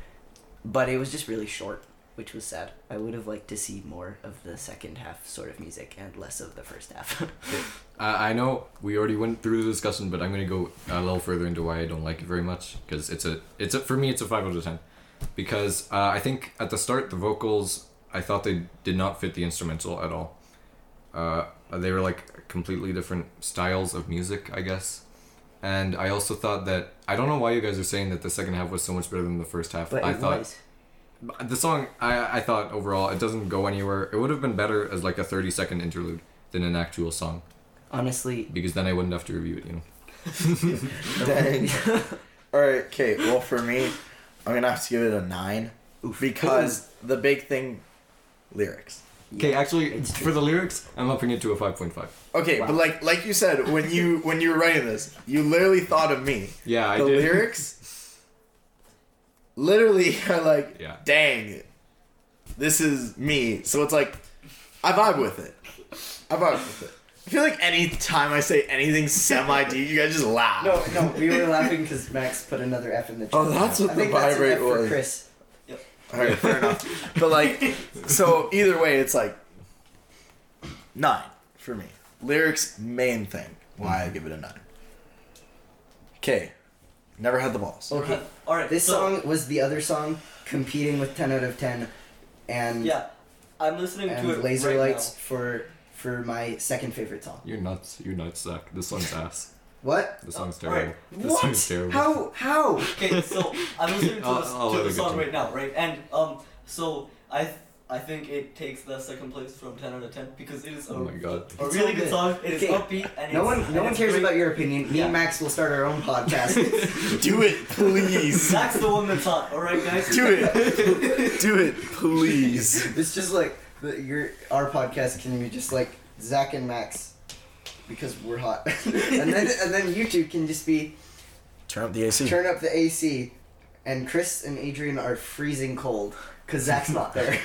but it was just really short.
which was sad. I would have liked to see more of the second half sort of music and less of the first half.
I I know we already went through the discussion, but I'm gonna go a little further into why I don't like it very much because it's a it's a for me it's a five out of ten because uh, I think at the start the vocals I thought they did not fit the instrumental at all. Uh, they were like completely different styles of music, I guess. And I also thought that I don't know why you guys are saying that the second half was so much better than the first half.
but
I
it
thought
was.
the song I, I thought overall it doesn't go anywhere. It would have been better as like a 30 second interlude than an actual song
Honestly,
because then I wouldn't have to review it, you know.
Dang. All right, okay. Well, for me, I'm gonna have to give it a nine because the big thing, lyrics.
Okay, actually,
It's
for
true.
the lyrics, I'm upping it to a 5.5.
Okay, but like like you said, when you when you were writing this, you literally thought of me.
Yeah, I
the
did.
lyrics, literally, are like,
Yeah.
dang, this is me. So it's like, I vibe with it. I vibe with it. I feel like any time I say anything semi deep, you guys just laugh.
No, no, we were laughing because Max put another F in the. Chat.
Oh, that's what
I
the
think that's an
vibrate
F for
was.
Chris.
All right, fair enough. But like, so either way, it's like nine for me. Lyrics, main thing. Why I give it a nine. Okay, never had the balls.
Okay.
All right.
This
Uh-huh. so,
song was the other song competing with 10 out of 10 and
Yeah, I'm listening
and
to it
Laser
right
Lights for for my second favorite song.
You're nuts. You're nuts, Zach. This song's ass.
What?
This song's
Oh,
terrible. This song's terrible.
How how?
Now. Okay, so I'm listening to,
I'll-
this,
I'll
to
let
the
it
song
continue.
right now, right? And um, so I th- I think it takes the second place from 10 out of 10 because it is a,
Oh my god.
a
It's
really
so
good
good.
song. It is
Okay,
upbeat and
No
it's,
one
and
no one
it's
cares
great.
about your opinion. Me
Yeah.
and Max will start our own podcast.
Do it, please.
Zach's the one that's hot. All right, guys.
Do it. Do it, please.
it's just like the, your our podcast can be just like Zach and Max because we're hot. and then and then you two can just be
Turn up the AC.
turn up the AC and Chris and Adrian are freezing cold cuz Zach's not there.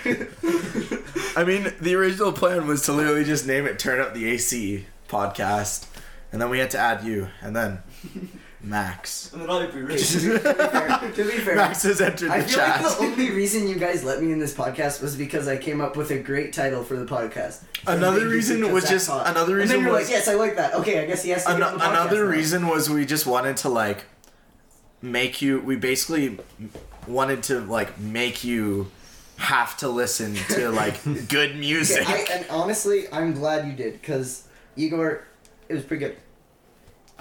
I mean, the original plan was to literally just name it "Turn Up the AC" podcast, and then we had to add you, and then Max.
And then I'll be rich.
to be fair,
Max has entered the
I feel
chat.
like the only reason you guys let me in this podcast was because I came up with a great title for the podcast. And
Another
they did
reason
because
was
that's
just-
hot.
another
And then
reason
you're
was-
like, yes, I like that. Okay, I guess he has to.
An-
get on the podcast
another
now."
reason was we just wanted to like make you we basically wanted to like make you have to listen to like good
Okay,
music
I, and honestly, I'm glad you did because Igor, it was pretty good.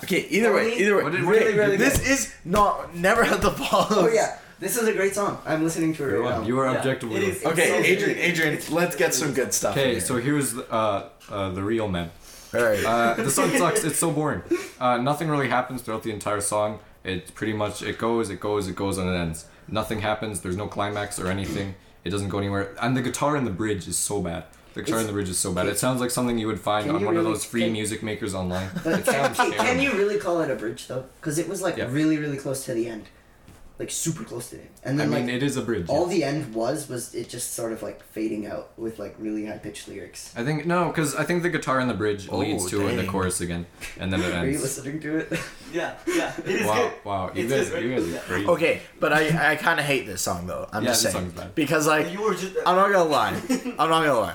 okay either way
Only-
either way
What did-
really,
okay,
really
this is not never had the balls
Oh yeah, this is a great song. I'm listening to it
You're
right
on.
now.
You are
Yeah,
objectively.
it is.
okay
It's so
adrian
good.
adrian
It's-
let's get some good stuff
Okay, so here's the, uh, uh, the real man.
all right
Uh, the song sucks. It's so boring. Uh, nothing really happens throughout the entire song. It pretty much it goes, it goes, it goes, and it ends. Nothing happens. There's no climax or anything. It doesn't go anywhere. And the guitar in the bridge is so bad. The guitar in the bridge is so bad. It sounds like something you would find
Can
on
you
one of
really-
those free
can-
music makers online.
But
It sounds
can, can
terrible.
you really call it a bridge though? Because it was like
Yeah.
really, really close to the end, like super close to the end. And
I
then
mean,
like
it is a bridge.
all
yes.
the end was was it just sort of like fading out with like really high pitched lyrics.
I think no, because I think the guitar in the bridge
Oh,
leads to the
dang.
chorus again, and then it
Are you
ends.
listening to it?
Yeah, yeah. It is
Wow,
good.
wow, you
It's
guys,
good, right?
you guys are
Yeah.
crazy.
okay but i i kind of hate this song though i'm
Yeah,
just
this
saying
song's bad.
because like
You were just. uh,
I'm not gonna lie. I'm not gonna lie.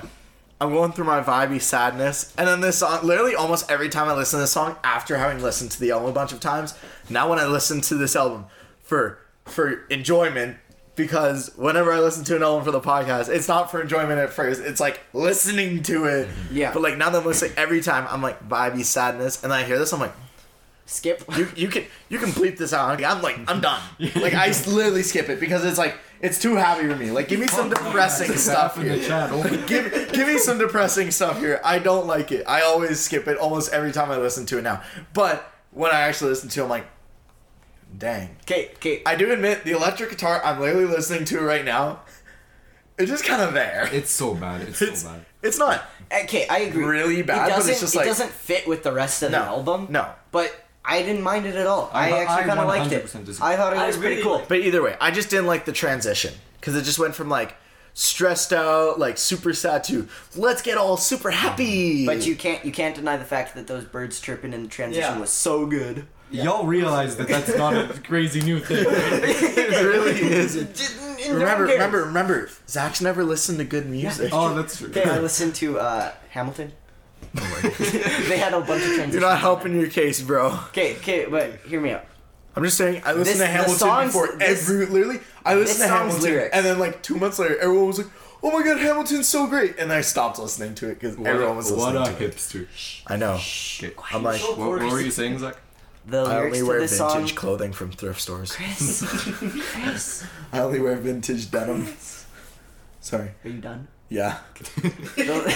I'm going through my vibey sadness, and then this song. Literally, almost every time I listen to this song, after having listened to the album a bunch of times, now when I listen to this album for for enjoyment, because whenever I listen to an album for the podcast, it's not for enjoyment at first. It's like listening to it.
Yeah.
But like now that I'm listening every time, I'm like vibey sadness, and I hear this, I'm like,
skip.
you you can you can bleep this out. Like, I'm like I'm done. Like I literally skip it because it's like it's too happy for me. Like give me some depressing stuff
in the
here
chat. Oh my
give, give me some depressing stuff here. I don't like it. I always skip it almost every time I listen to it now. But when I actually listen to it, I'm like, dang.
Okay, okay.
I do admit the electric guitar I'm literally listening to right now, it's just kind of there.
It's so bad. It's,
It's,
so bad.
it's not
Okay, I agree.
really
it
bad, but
doesn't.
it's just
it
like,
doesn't fit with the rest of
No,
the album.
no.
but I didn't mind it at all. I,
I- I
actually kind of liked it.
100% disagree.
I thought it
I
was pretty
really
cool.
liked
but either way, I just didn't like the transition because it just went from like stressed out, like super sad to let's get all super happy.
But you can't you can't deny the fact that those birds chirping in the transition
Yeah.
was so good.
Y'all realize that that's not a crazy new thing.
it really is.
Didn't
listen to their
Remember,
own parents.
remember, remember. Zach's never listened to good music.
Oh, that's true.
Okay, I listened to uh, Hamilton. they had a bunch of transitions.
You're not helping your case, bro.
Okay, okay, but hear me out.
I'm just saying, I listened
This-
to
the
Hamilton
songs-
before
this-
every literally. I listened
this
to
song's
Hamilton,
lyrics.
and then like two months later, everyone was like, "Oh my god, Hamilton's so great!" And I stopped listening to it because
What,
everyone was
a- what
listening
a
to it.
hipster.
I know.
Shit. What,
I'm like,
So
what
poor.
were you saying, Zach?
The
I
lyrics
only
to
wear
this
vintage
song.
clothing from thrift stores.
Chris, Chris,
I only wear vintage denim. Sorry.
are you done?
Yeah. Uh,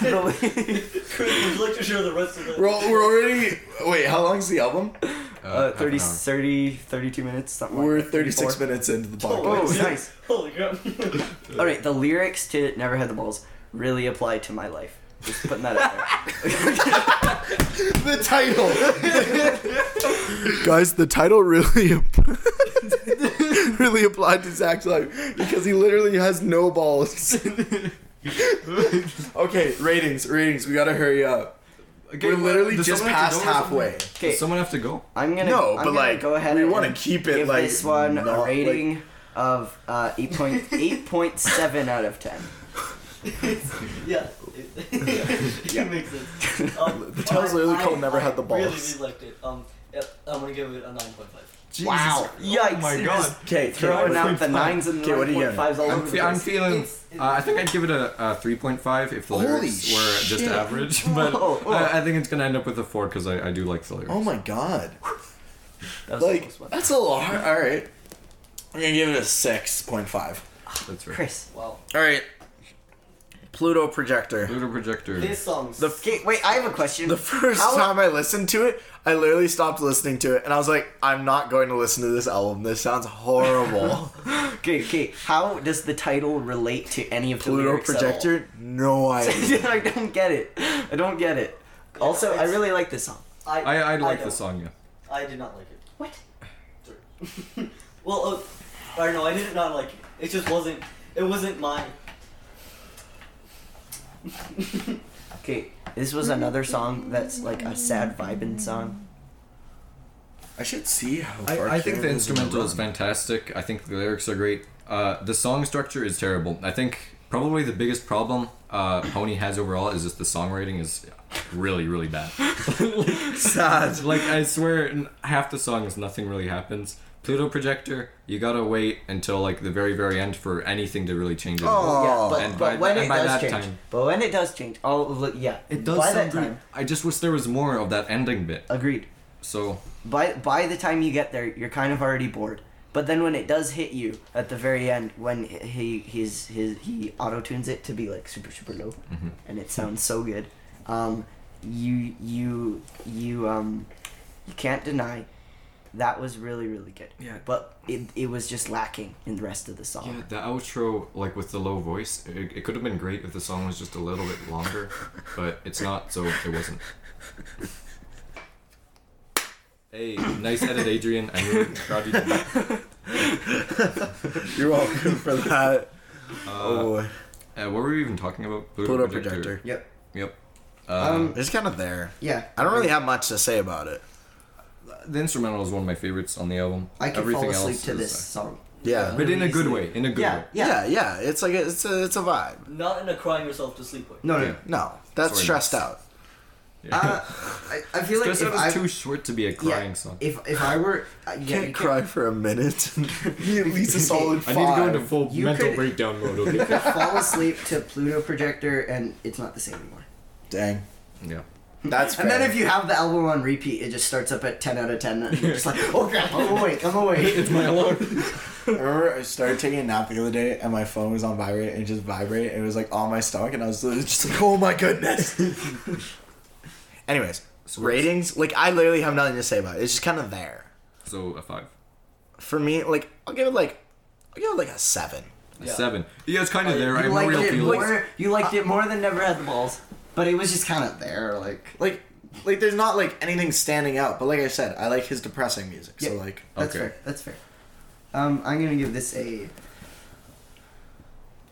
The-
Chris, would you like to share the rest of the?
We're, al- we're already. Wait, how long's the album?
uh, 30,
half
30, 32 minutes, something
We're
like that.
36
34.
minutes into the
Oh,
podcast.
yeah. nice.
Holy crap.
All right, the lyrics to Never Had the Balls really apply to my life. Just putting that out there.
the title. Guys, the title really really applied to Zach's life because he literally has no balls. okay, ratings, ratings. We gotta hurry up.
an hour. Okay,
We're
well,
literally
does
just
someone have to
past
go or something?
halfway.
Okay,
Does someone have to go?
I'm gonna.
No,
I'm
but
gonna
like
go ahead
we
and
want to keep it
give
like
this one
not,
a
like-
rating of uh, 8.8.7 out of ten.
yeah. It, it
Yeah.
makes sense. Um,
The title's
I-
literally
I-
called Never
I
Had the
Really,
Balls.
really liked it. Um, yeah, I'm gonna give it a 9.5.
Wow.
Jesus. Oh my
Yikes.
god.
Okay,
Throwing out the nines and
Okay,
the
what are you getting?
1.5s all
I'm,
over the
fe- I'm
place.
feeling.
It's-
Uh, I think I'd give it a, a 3.5 if the
Holy
lyrics were just
shit.
average, but
Whoa, whoa.
I, I think it's gonna end up with a four because I, I do like the lyrics.
Oh my god.
That was
Like
almost one.
that's a little hard. All right. I'm gonna give it a six point five.
That's right.
Chris.
Wow.
All right. Pluto projector.
Ludo projector.
This song.
The
Okay, wait. I have a question.
The first
How-
time I listened to it, I literally stopped listening to it, and I was like, "I'm not going to listen to this album. This sounds horrible."
Okay, okay. How does the title relate to any of the
Pluto
lyrics at all?
projector, no idea.
I don't get it. I don't get it. Also, I
it's-
really like this song.
I,
I, I like
don't.
the song, yeah.
I did not like it.
What?
Sorry. well, uh, I don't know. I did not like it. It just wasn't. It wasn't my.
Okay, this was another song that's like a sad vibing song.
I should see how.
I, I think the
Karen
instrumental is
gonna run.
fantastic. I think the lyrics are great. Uh, the song structure is terrible. I think probably the biggest problem uh, Pony has overall is just the songwriting is really, really bad.
sad.
like, I swear, n- half the songs, nothing really happens. Pluto Projector, you gotta wait until like the very, very end for anything to really change it.
Oh.
yeah, but, but
And by-
when
and
it
by
does
that
change,
time-
but when it does change, oh look, yeah,
It does
by that
sound great.
time.
I just wish there was more of that ending bit.
Agreed.
So
By by the time you get there, you're kind of already bored. But then when it does hit you at the very end, when he he's his he auto tunes it to be like super super low,
Mm-hmm.
and it sounds so good, um, you you you um, you can't deny that was really really good.
Yeah.
But it it was just lacking in the rest of the song.
Yeah, the outro, like with the low voice, it, it could have been great if the song was just a little bit longer, but it's not, so it wasn't. Hey, nice edit, Adrian. I'm really proud you did that.
You're welcome for that.
Uh, uh,
oh,
what were we even talking about?
Pluto projector.
Yep.
Yep. Um,
It's kind of there.
Yeah.
I don't really have much to say about it.
Uh, the instrumental is one of my favorites on the album.
I can
Everything
fall asleep
else
to
is,
this
uh,
song.
Yeah.
but in a good way. In a good
Yeah. Uh,
way.
Yeah, yeah. It's like a, it's a it's a vibe.
Not in a crying yourself to sleep way.
No, no.
Yeah.
No, that's
Sorry,
stressed
Max.
out.
Yeah.
Uh, I, I feel like
Stress
if
Out is
I
too short to be a crying song.
If if I were uh, yeah,
Can't
you
cry for a minute. you at least a solid
I
five.
need to go into full
You
mental
could-
breakdown mode.
you
Okay.
could fall asleep to Pluto Projector and it's not the same anymore.
Dang.
yeah.
That's
And then
fair.
if you have the album on repeat, it just starts up at ten out of ten, and you're just like, oh crap, I'm awake, I'm awake.
It's my alarm.
I remember I started taking a nap the other day and my phone was on vibrate and it just vibrate and it was like on my stomach and I was literally just like, oh my goodness. Anyways,
So what's-
ratings, like I literally have nothing to say about it. It's just kind of there.
So a five.
For me, like I'll give it like, I'll give it like a seven.
A
Yeah.
seven. Yeah, it's kind of there.
You
I have no
liked
real
it
feelings. Uh,
more. You liked it more than Never Had the Balls, but it was just kind of there, like.
Like, like there's not like anything standing out, but like I said, I like his depressing music. So
Yeah.
like,
That's
Okay.
fair. That's fair. Um, I'm gonna give this a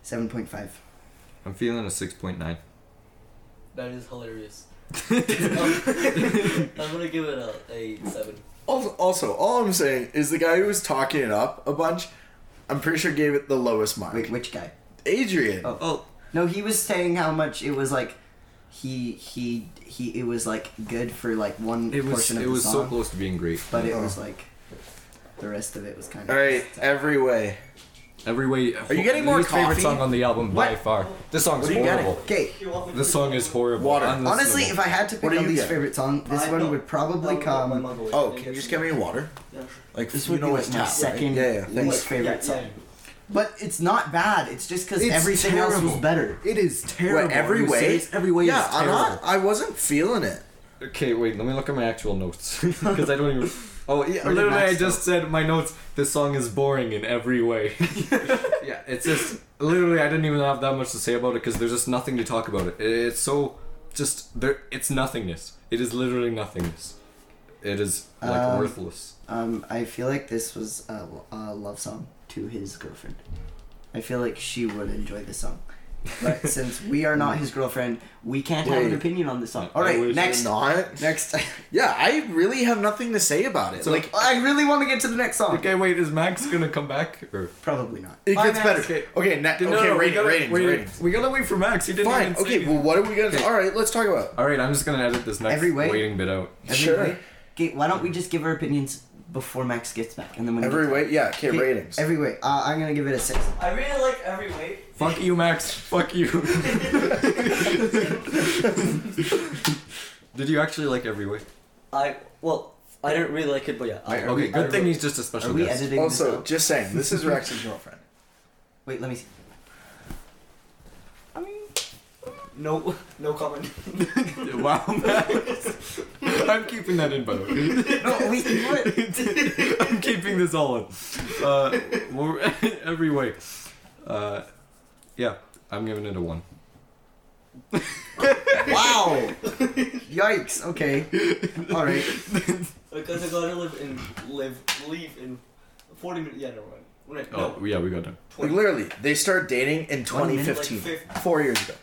seven point five.
I'm feeling a 6.9.
That is hilarious. Um, I'm gonna give it a, a seven.
also, also, all I'm saying is the guy who was talking it up a bunch I'm pretty sure gave it the lowest mark.
Wait, which guy?
Adrian.
Oh.
Oh,
No, he was saying how much it was like. He he he. It was like good for like one
It was
portion of
it
the
was
song,
so close to being great.
but it
Oh.
was like the rest of it was kind of.
All right, every way.
Every way. Are
you getting more
least favorite
coffee?
song on the album by far. This song's
What are you getting?
horrible.
Okay.
you want me to
This song is horrible.
Water.
Unlistenable.
Honestly, if I had to
What
pick
do
a
you
least
get?
favorite song, this
I
one
know.
would probably
I'll
come.
go by my voice.
Oh,
Yeah,
can you just
yeah.
get me water?
Yeah, sure.
Like
This
you
would
know
be
what's
like my
tap, right?
second
Yeah, yeah.
least
thanks.
favorite
Yeah,
song.
yeah.
But it's not bad. It's just because
It's
everything else was
terrible.
better.
It is
Wait,
terrible.
every
Are you
way.
serious? Every way
Yeah,
is
I'm
terrible.
not. I wasn't feeling it.
Okay, wait. Let me look at my actual notes because I don't even. Oh yeah,
Where did
literally, I
Max
just said my notes. This song is boring in every way. yeah, it's just literally. I didn't even have that much to say about it because there's just nothing to talk about it. It- It's so just there. It's nothingness. It is literally nothingness. It is like
Um,
worthless.
Um, I feel like this was a, a love song to his girlfriend. I feel like she would enjoy this song. But since we are not his girlfriend, we can't have
Wait.
an opinion on this song.
I
All right,
wish-
It's
next,
not.
next.
Yeah, I really have nothing to say about it.
So-
like
I really want to get to the next song.
Okay, wait. Is Max gonna come back or?
Probably not.
it
Bye,
gets
Max.
better.
Okay.
Okay, na-
No, no,
okay,
no, we
rating,
gotta-
ratings,
we-
ratings.
We gotta wait for Max. He didn't
Fine.
even say
Okay,
anything.
well, what are we gonna?
Okay.
All right, let's talk about. it.
All right, I'm just gonna edit this next
Every way?
waiting bit out.
Every
Sure.
way- Okay, why don't we just give our opinions before Max gets back, and then when he
Every
gets
way, yeah. Okay,
back-
ratings.
Every way. Uh, I'm gonna give it a six.
I really like every way.
Fuck you, Max. Fuck you. Did you actually like every way?
I well, I didn't really like it, but yeah. I,
Wait, Are
Okay,
we-
good
are
thing
we-
he's just a
Are
special
we
guest.
editing this
also,
out?
just saying, this is Rex's girlfriend.
Wait, let me see.
no, no comment.
wow, Max. I'm keeping that in, by the way.
No, we can do it.
I'm keeping this all in. Uh, we're- every way. Uh, yeah, I'm giving it a one.
Wow! Yikes. Okay. All right.
because I gotta live in live leave in forty minutes. Yeah, never mind. Right,
Oh,
no,
yeah, we got done.
Like,
20,
literally, they started dating in
Twenty
minutes,
2015,
like fif-
four years ago.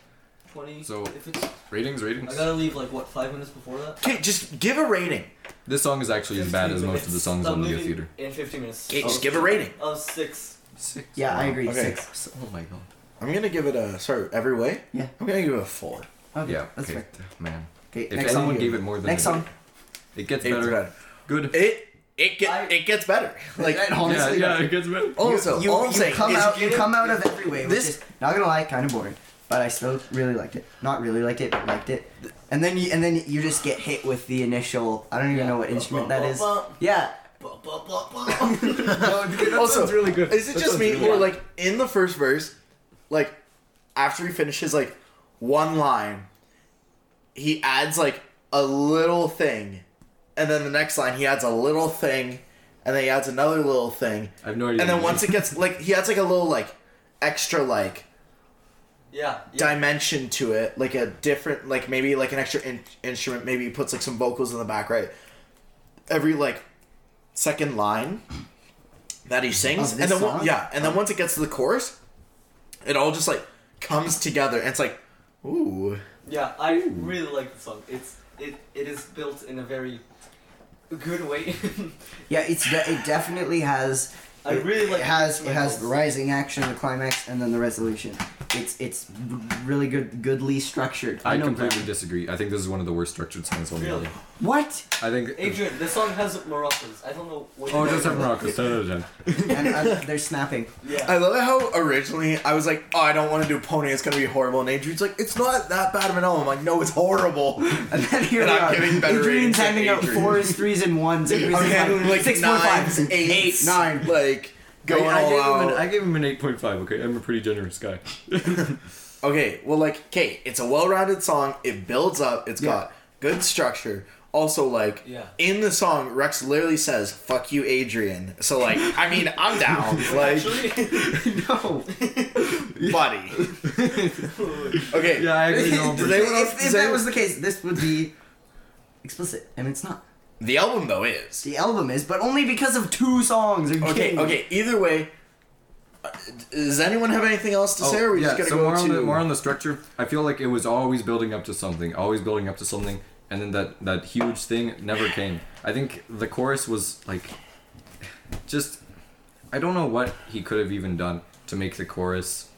20
So-
if it's,
Ratings, ratings.
I gotta leave like what five minutes before that.
Okay, just give a rating.
This song is actually as bad as
15
most of the
minutes.
songs
I'm
on the
leaving
theater.
In fifteen minutes.
Okay, just
Oh,
give a rating.
Oh, six.
Six.
Yeah, I
Wow.
agree.
Okay.
Six.
Oh my god.
I'm gonna give it a sorry. Every way.
Yeah.
I'm gonna give it a four.
Okay,
Yeah,
that's
okay.
fair.
Man.
Okay,
If
next
anyone
song.
gave it more than
Next
a-
song.
It gets
It gets
better.
better.
Good.
It it get,
I-
it gets better. Like
That
yeah,
honestly,
yeah, it gets better.
also,
you,
all I'm
you
saying
come
is
out,
give it-
you come out of every way.
This-
This is not gonna lie, kind of boring, but I still really liked it. Not really liked it, but liked it. And then you, and then you just get hit with the initial. I don't even know what instrument that is. Yeah.
Ba, ba, ba, ba.
also,
sounds really good.
Is it
That
just
sounds
me
really
or
good.
like in the first verse, like after he finishes like one line, he adds like a little thing, and then the next line he adds a little thing, and then he adds another little thing,
I have no idea.
and then once it gets like he adds like a little like extra like
yeah. yeah.
dimension to it, like a different, like maybe like an extra in- instrument. Maybe he puts like some vocals in the back, right? Every like second line that he sings,
Of
and
Oh, this
then one-
song? Oh.
yeah, and then once it gets to the chorus, it all just like comes together, and it's like, ooh,
Yeah, I really like the song. It's it it is built in a very good way.
Yeah, it's de- it definitely has.
I really like
it has it has the
instrumentals.
rising action, the climax, and then the resolution. It's it's really good, goodly structured.
I
know
completely
that.
disagree. I think this is one of the worst structured songs on the
Really?
album.
What?
I think.
Adrian, the song has Moroccans. I don't know what.
oh,
you-
it does have maracas. No, no, no, no.
and uh, they're snapping.
Yeah.
I love how originally I was like, oh, I don't want to do Pony, it's gonna be horrible, and Adrian's like, it's not that bad of an album. I'm like, no, it's horrible.
And then here
And
we
I'm
are.
giving better ratings
Adrian's
than
handing out
Adrian.
fours, threes, and ones. And
I'm
Chris is
handling like
six, four,
nines,
fives,
eights,
eight, nine.
like going
I,
all
gave
out.
Him an, I gave him an eight point five. Okay, I'm a pretty generous guy.
Okay, well, like, okay, it's a well-rounded song. It builds up. It's got good structure. Also, like,
Yeah.
in the song, Rex literally says "fuck you, Adrian." So, like, I mean, I'm down, like,
Actually,
No.
buddy. Okay,
yeah, I agree. No,
Does
but-
anyone else-
if
does
if that
anyone-
was the case, this would be explicit, and it's not.
the album though is
The album is, but only because of two songs. Are you
okay.
kidding?
Okay, either way, uh, does anyone have anything else to say? Or are we
Oh, yeah,
just gonna
so
go
more
to
on the more on the structure. I feel like it was always building up to something, always building up to something, and then that that huge thing never came. I think the chorus was like, just. I don't know what he could have even done to make the chorus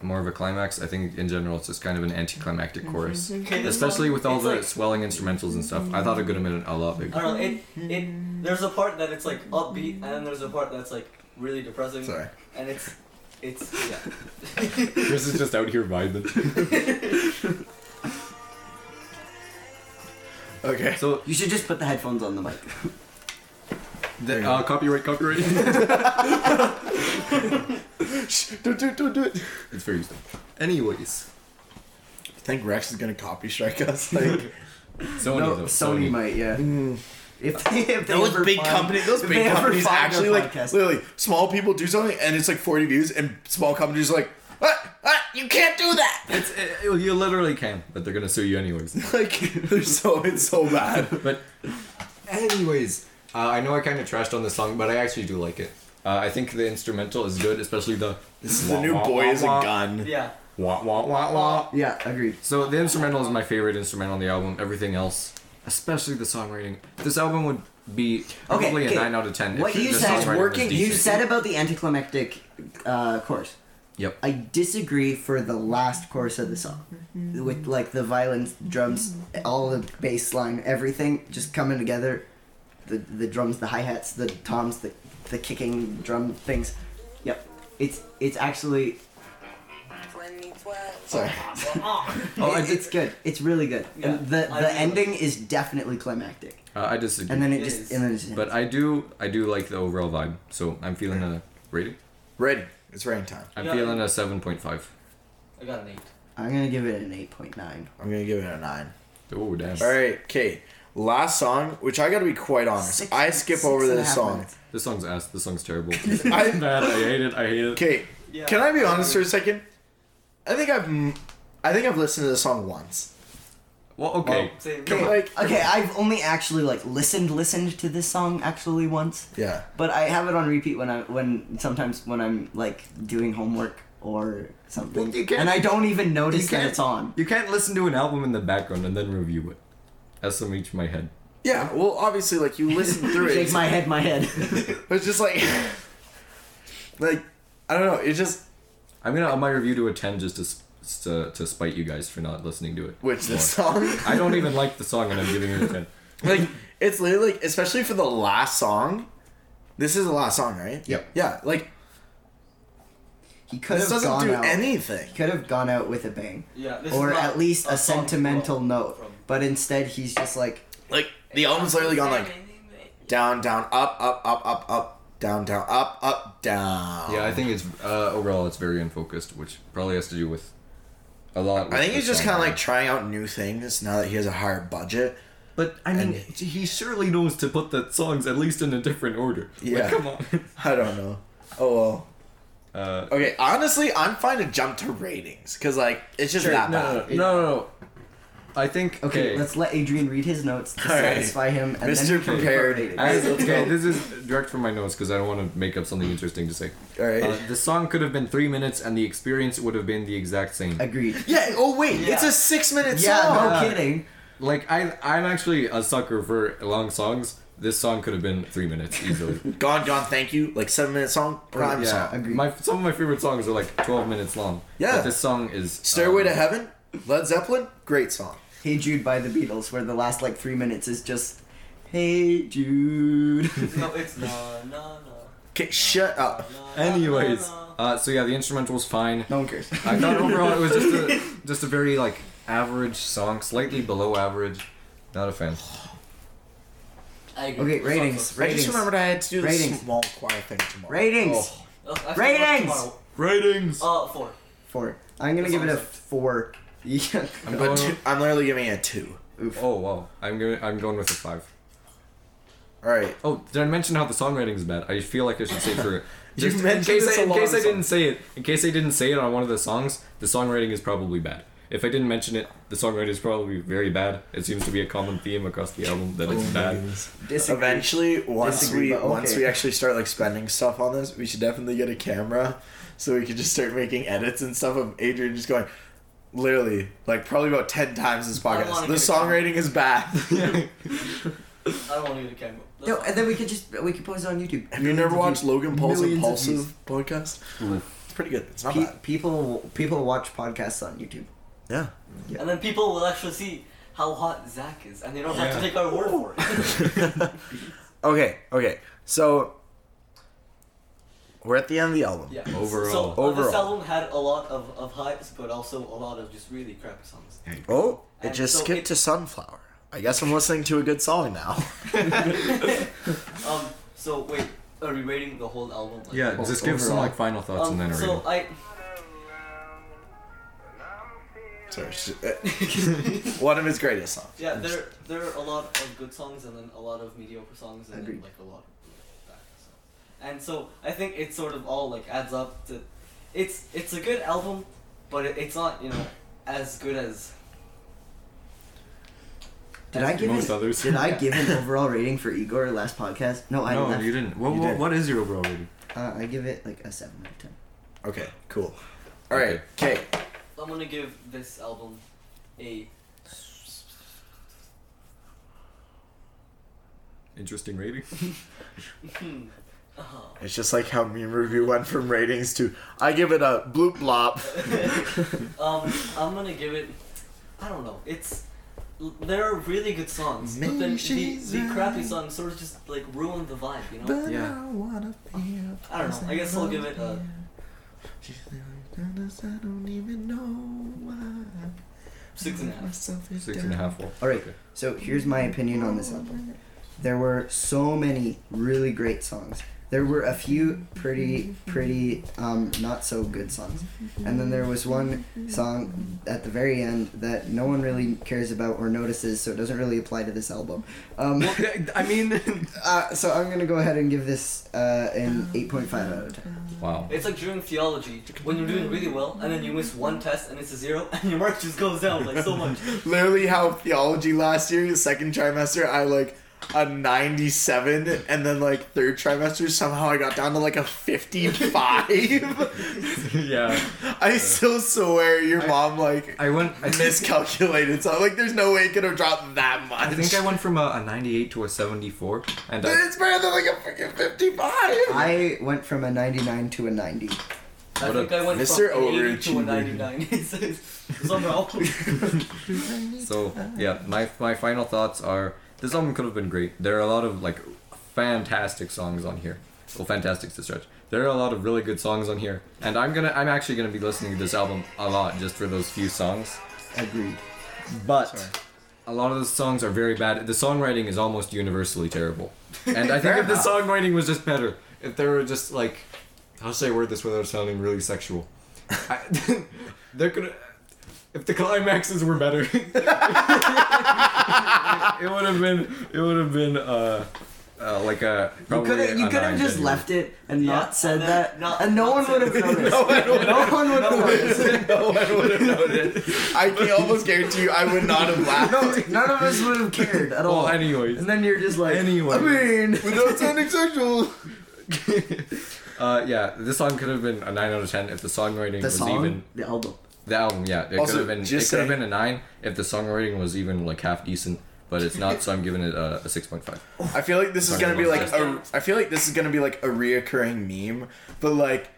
more of a climax. I think in general it's just kind of an anticlimactic chorus,
Okay, this
especially
song,
with all
it's
the
like-
swelling instrumentals and stuff. I thought it could have been a lot
I
bigger.
don't know. It,
Mm-hmm.
it, there's a part that it's like upbeat, and then there's a part that's like really depressing.
Sorry.
And it's, it's yeah.
Chris is just out here vibing.
Okay.
So
You should just put the headphones on the mic.
There you
uh, copyright, copyright. Shh, don't do it, don't do it. It's very useful. Anyways,
I think Rex is gonna copy strike us. Like,
Sony.
No,
though,
Sony might, yeah. If they, if they
Hmm. those
ever
big
find-
company, those
if
big
they ever
companies
find our
actually like
podcast.
literally small people do something and it's like 40 views, and small companies are like, ah, ah, you can't do that.
It's it, it- you literally can, but they're gonna sue you anyways.
Like, they're so it's so bad.
But anyways, uh, I know I kind of trashed on this song, but I actually do like it. Uh, I think the instrumental is good, especially the.
This is the new boy is a gun.
yeah.
Wah wah wah wah.
Yeah, agreed.
So the instrumental is my favorite instrumental on the album. Everything else, especially the songwriting, this album would be
Okay,
probably
okay.
a nine out of ten.
What
if
you
the
said is
songwriting was
working.
decent.
You said about the anticlimactic uh, chorus.
Yep.
I disagree for the last chorus of the song,
Mm-hmm.
with like the violins, drums, all the bass line, everything just coming together. The the drums, the hi hats, the toms, the the kicking drum things. Yep. It's it's actually
Sorry.
Oh, I
it-
did.
it's good. It's really good.
Yeah,
and the
I
the
mean-
ending is definitely climactic.
Uh, I disagree.
And then it,
It
just
is.
and then it just
but I do, I do like the overall vibe. So I'm feeling a rating.
Ready. It's rain time.
I'm
Yeah.
feeling a seven point five.
I got an eight.
I'm gonna give it an eight point nine.
I'm gonna give it a nine.
Oh damn!
All right, okay. Last song, which I gotta be quite honest, I skip over this song.
This song's ass. This song's terrible.
I-
bad. I hate it. I hate it.
Okay,
Yeah.
can I be honest for a second? I think I've, m- I think I've listened to this song once.
Well, okay.
Same.
Come on. Like,
Okay, I've only actually like listened listened to this song actually once,
yeah.
but I have it on repeat when I when sometimes when I'm like doing homework or something,
Well, you can't-
and I don't even notice that
can't-
it's on.
You can't listen to an album in the background and then review it. SMH my head.
Yeah, well, obviously, like, you listen through it.
Shake my head, my head.
But it's just like, like, I don't know, it's just,
I'm gonna up my review to a ten just to s- s- to, to spite you guys for not listening to it.
which this
more.
song,
I don't even like the song and I'm giving it a ten.
like, it's literally, like, especially for the last song. This is the last song, right?
Yep.
Yeah, like,
he could
this
have
doesn't
gone
do
out.
anything.
Could have gone out with a bang,
Yeah. This
or
is not
at least a,
song
sentimental
from-
note.
from-
But instead, he's just like,
Like, the album's literally gone, like, down, down, up, up, up, up, up, down, down, up, up, down.
Yeah, I think it's uh, overall it's very unfocused, which probably has to do with a lot.
I
with
think
the
he's just
song.
kind of like trying out new things now that he has a higher budget.
But I mean, he surely knows to put the songs at least in a different order. Like,
Yeah.
come on.
I don't know. Oh well.
Uh,
Okay, honestly, I'm fine to jump to ratings because like it's just that
no, no,
bad.
no, no, no. I think
okay,
okay.
let's let Adrian read his notes to
All right.
satisfy him, and
Mr.
then we can
Prepared.
debate it.
All right,
As,
let's
okay,
go.
this is direct from my notes because I don't want to make up something interesting to say.
All right.
Uh, the song could have been three minutes, and the experience would have been the exact same.
Agreed.
yeah. Oh wait,
Yeah.
it's uh, a six minute song.
Yeah, no
Yeah.
kidding.
Like I, I'm actually a sucker for long songs. This song could have been three minutes easily.
Gone, gone. Thank you. Like seven minute song. Prime
yeah,
song.
agreed.
my some of my favorite songs are like 12 minutes long.
Yeah.
but this song is
Stairway
um,
to Heaven. Led Zeppelin. Great song.
Hey Jude by the Beatles, where the last like three minutes is just Hey Jude.
No, it's no, no, no.
Okay, shut up.
Anyways, uh, so yeah, the instrumental's fine.
no one cares.
I thought overall it was just a just a very like average song, slightly below average. Not a fan.
I agree.
Okay,
Songs
ratings.
are-
I
Ratings.
just remembered I had to do
Ratings.
this small choir thing tomorrow.
Ratings.
Oh.
Ugh, I have to work
Ratings!
tomorrow.
Ratings.
Uh, four.
Four. I'm gonna
That
give it a
sounds-
four. Yeah.
But
I'm going.
two, I'm literally giving it a two.
oh wow, I'm going. I'm going with a five.
All right.
Oh, did I mention how the songwriting is bad? I feel like I should say for
You
just in
mentioned
case,
this
I,
a
in
lot
case
of
I didn't say it. In case I didn't say it on one of the songs, the songwriting is probably bad. If I didn't mention it, the songwriting is probably very bad. It seems to be a common theme across the album that
Oh,
it's bad.
Disagree.
Eventually, once
Disagree,
we
but okay.
once we actually start like spending stuff on this, we should definitely get a camera so we can just start making edits and stuff of Adrian just going, literally like probably about ten times this
I wanna
podcast. The
get a
song
camera."
rating is bad.
I don't want to get a camera. That's
No,
all.
and then we could just we could post it on YouTube.
Have you never watched Logan Paul's
Millions of
Impulsive podcast?
Mm.
Ooh.
It's pretty good. It's not
Pe-
bad.
people people watch podcasts on YouTube.
Yeah.
And then people will actually see how hot Zach is, and they don't have to
Yeah.
take our word for it.
Okay, okay. So we're at the end of the album.
yeah.
Overall.
So, uh,
Overall.
this album had a lot of, of hypes, but also a lot of just really crappy songs.
Oh, it
And
just
so
skipped
it-
to Sunflower. I guess I'm listening to a good song now.
Um. So wait, are we rating the whole album? Like,
Yeah, just give some
overall.
like final thoughts
Um,
and then a
so
rating.
I.
Sorry. it's just- eh. One of his greatest songs.
Yeah, there there are a lot of good songs and then a lot of mediocre songs and
Agreed.
then like a lot of bad songs. And so I think it sort of all like adds up to it's it's a good album, but it, it's not, you know, as good as
Did I give
Most
an,
others.
Did I give an overall rating for Igor last podcast? No, I
no,
left.
you didn't. What,
You
what,
did.
what is your overall rating?
Uh, I give it like a seven out of ten.
Okay, cool. All right, okay.
I'm gonna give this album a
Interesting rating.
oh.
It's just like how meme review went from ratings to I give it a bloop blop.
um I'm gonna give it I don't know, it's there are really good songs, but then
Maybe
the,
she's
the crappy
right.
songs sort of just like ruin the vibe, you know?
But
Yeah.
I wanna be a
I don't know, I guess I'll give it a-
She's like, "Goodness, I don't even know why."
Six and a half.
Myself is
Six and a
down.
half. Well,
All right. So here's my opinion on this album. There were so many really great songs. There were a few pretty, pretty um, not so good songs, and then there was one song at the very end that no one really cares about or notices, so it doesn't really apply to this album. Um,
I mean,
uh, so I'm gonna go ahead and give this uh, an 8.5 out of 10.
Wow.
It's like during theology when you're doing really well and then you miss one test and it's a zero and your mark just goes down like so much.
Literally, how theology last year, the second trimester, I like a 97, and then like third trimester, somehow I got down to like a 55.
yeah.
I still swear your mom like
I went. I think,
miscalculated. So like, there's no way it could have dropped that much.
I think I went from a, a 98 to a 74, and
Dude,
I,
it's better than like a freaking 55.
I went from a 99 to a
I
90.
What
think
a-
I went
Mr.
from an 80 to a
Overachiever.
99. It's- it's Somehow.
so yeah. My my final thoughts are: this album could have been great. There are a lot of like fantastic songs on here. Well, fantastic's to stretch. There are a lot of really good songs on here, and I'm gonna I'm actually gonna be listening to this album a lot just for those few songs.
Agreed.
But a lot of the songs are very bad. The songwriting is almost universally terrible. And I think if the songwriting was just better, if there were just like, how should I word this without sounding really sexual? I, there could, if the climaxes were better, it would have been. It would have been. Uh, uh, like a
You
probably
could have you
a
could have
nine
just
genuine.
left it and
Yeah,
not said
and then
that,
not-
and no
not
one
said
would have
it.
noticed.
No one would
No one would have noticed.
no one would have noticed. I can almost guarantee you, I would not have laughed.
No, none of us would have cared at all.
Well, anyways,
and then you're just like,
Anyway.
I mean,
Without sounding sexual.
uh, yeah, this song could have been a nine out of ten if the songwriting
the
was
song,
even
the album.
The album, yeah, it
Also,
could have been. It
just
could have
saying-
been a nine if the songwriting was even like half decent, but it's not. so I'm giving it a, a six point five.
I feel like this is gonna be like a. I feel like this is gonna be like a reoccurring meme, but like,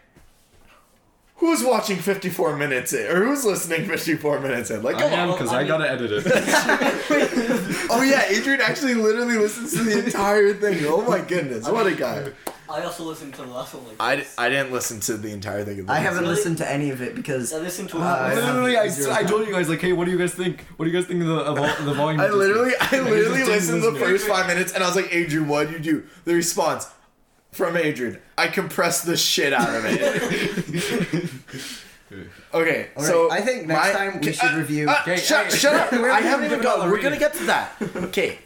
who's watching fifty four minutes in, or who's listening fifty four minutes in? Like,
I
come
am
on.
because
I
I,
mean-
gotta edit it.
Oh yeah, Adrian actually literally listens to the entire thing. Oh my goodness, what a guy!
I also listened to the last one like
I,
this.
I didn't listen to the entire thing. Of
I haven't
Really?
listened to any of it because
I listened to it.
Uh,
once.
yeah.
literally, I, I told you guys like, hey, what do you guys think? What do you guys think of the of all, the volume?
I literally, I literally
just
listened to the
didn't
first
listen.
five minutes, and I was like, Adrian, what would you do? The response from Adrian, I compressed the shit out of it. okay,
All
so
right, I think next time we should review-
Uh,
Okay,
shut,
hey.
shut up!
We
I
haven't
haven't even
given all
gone.
the
We're gonna get to that. Okay.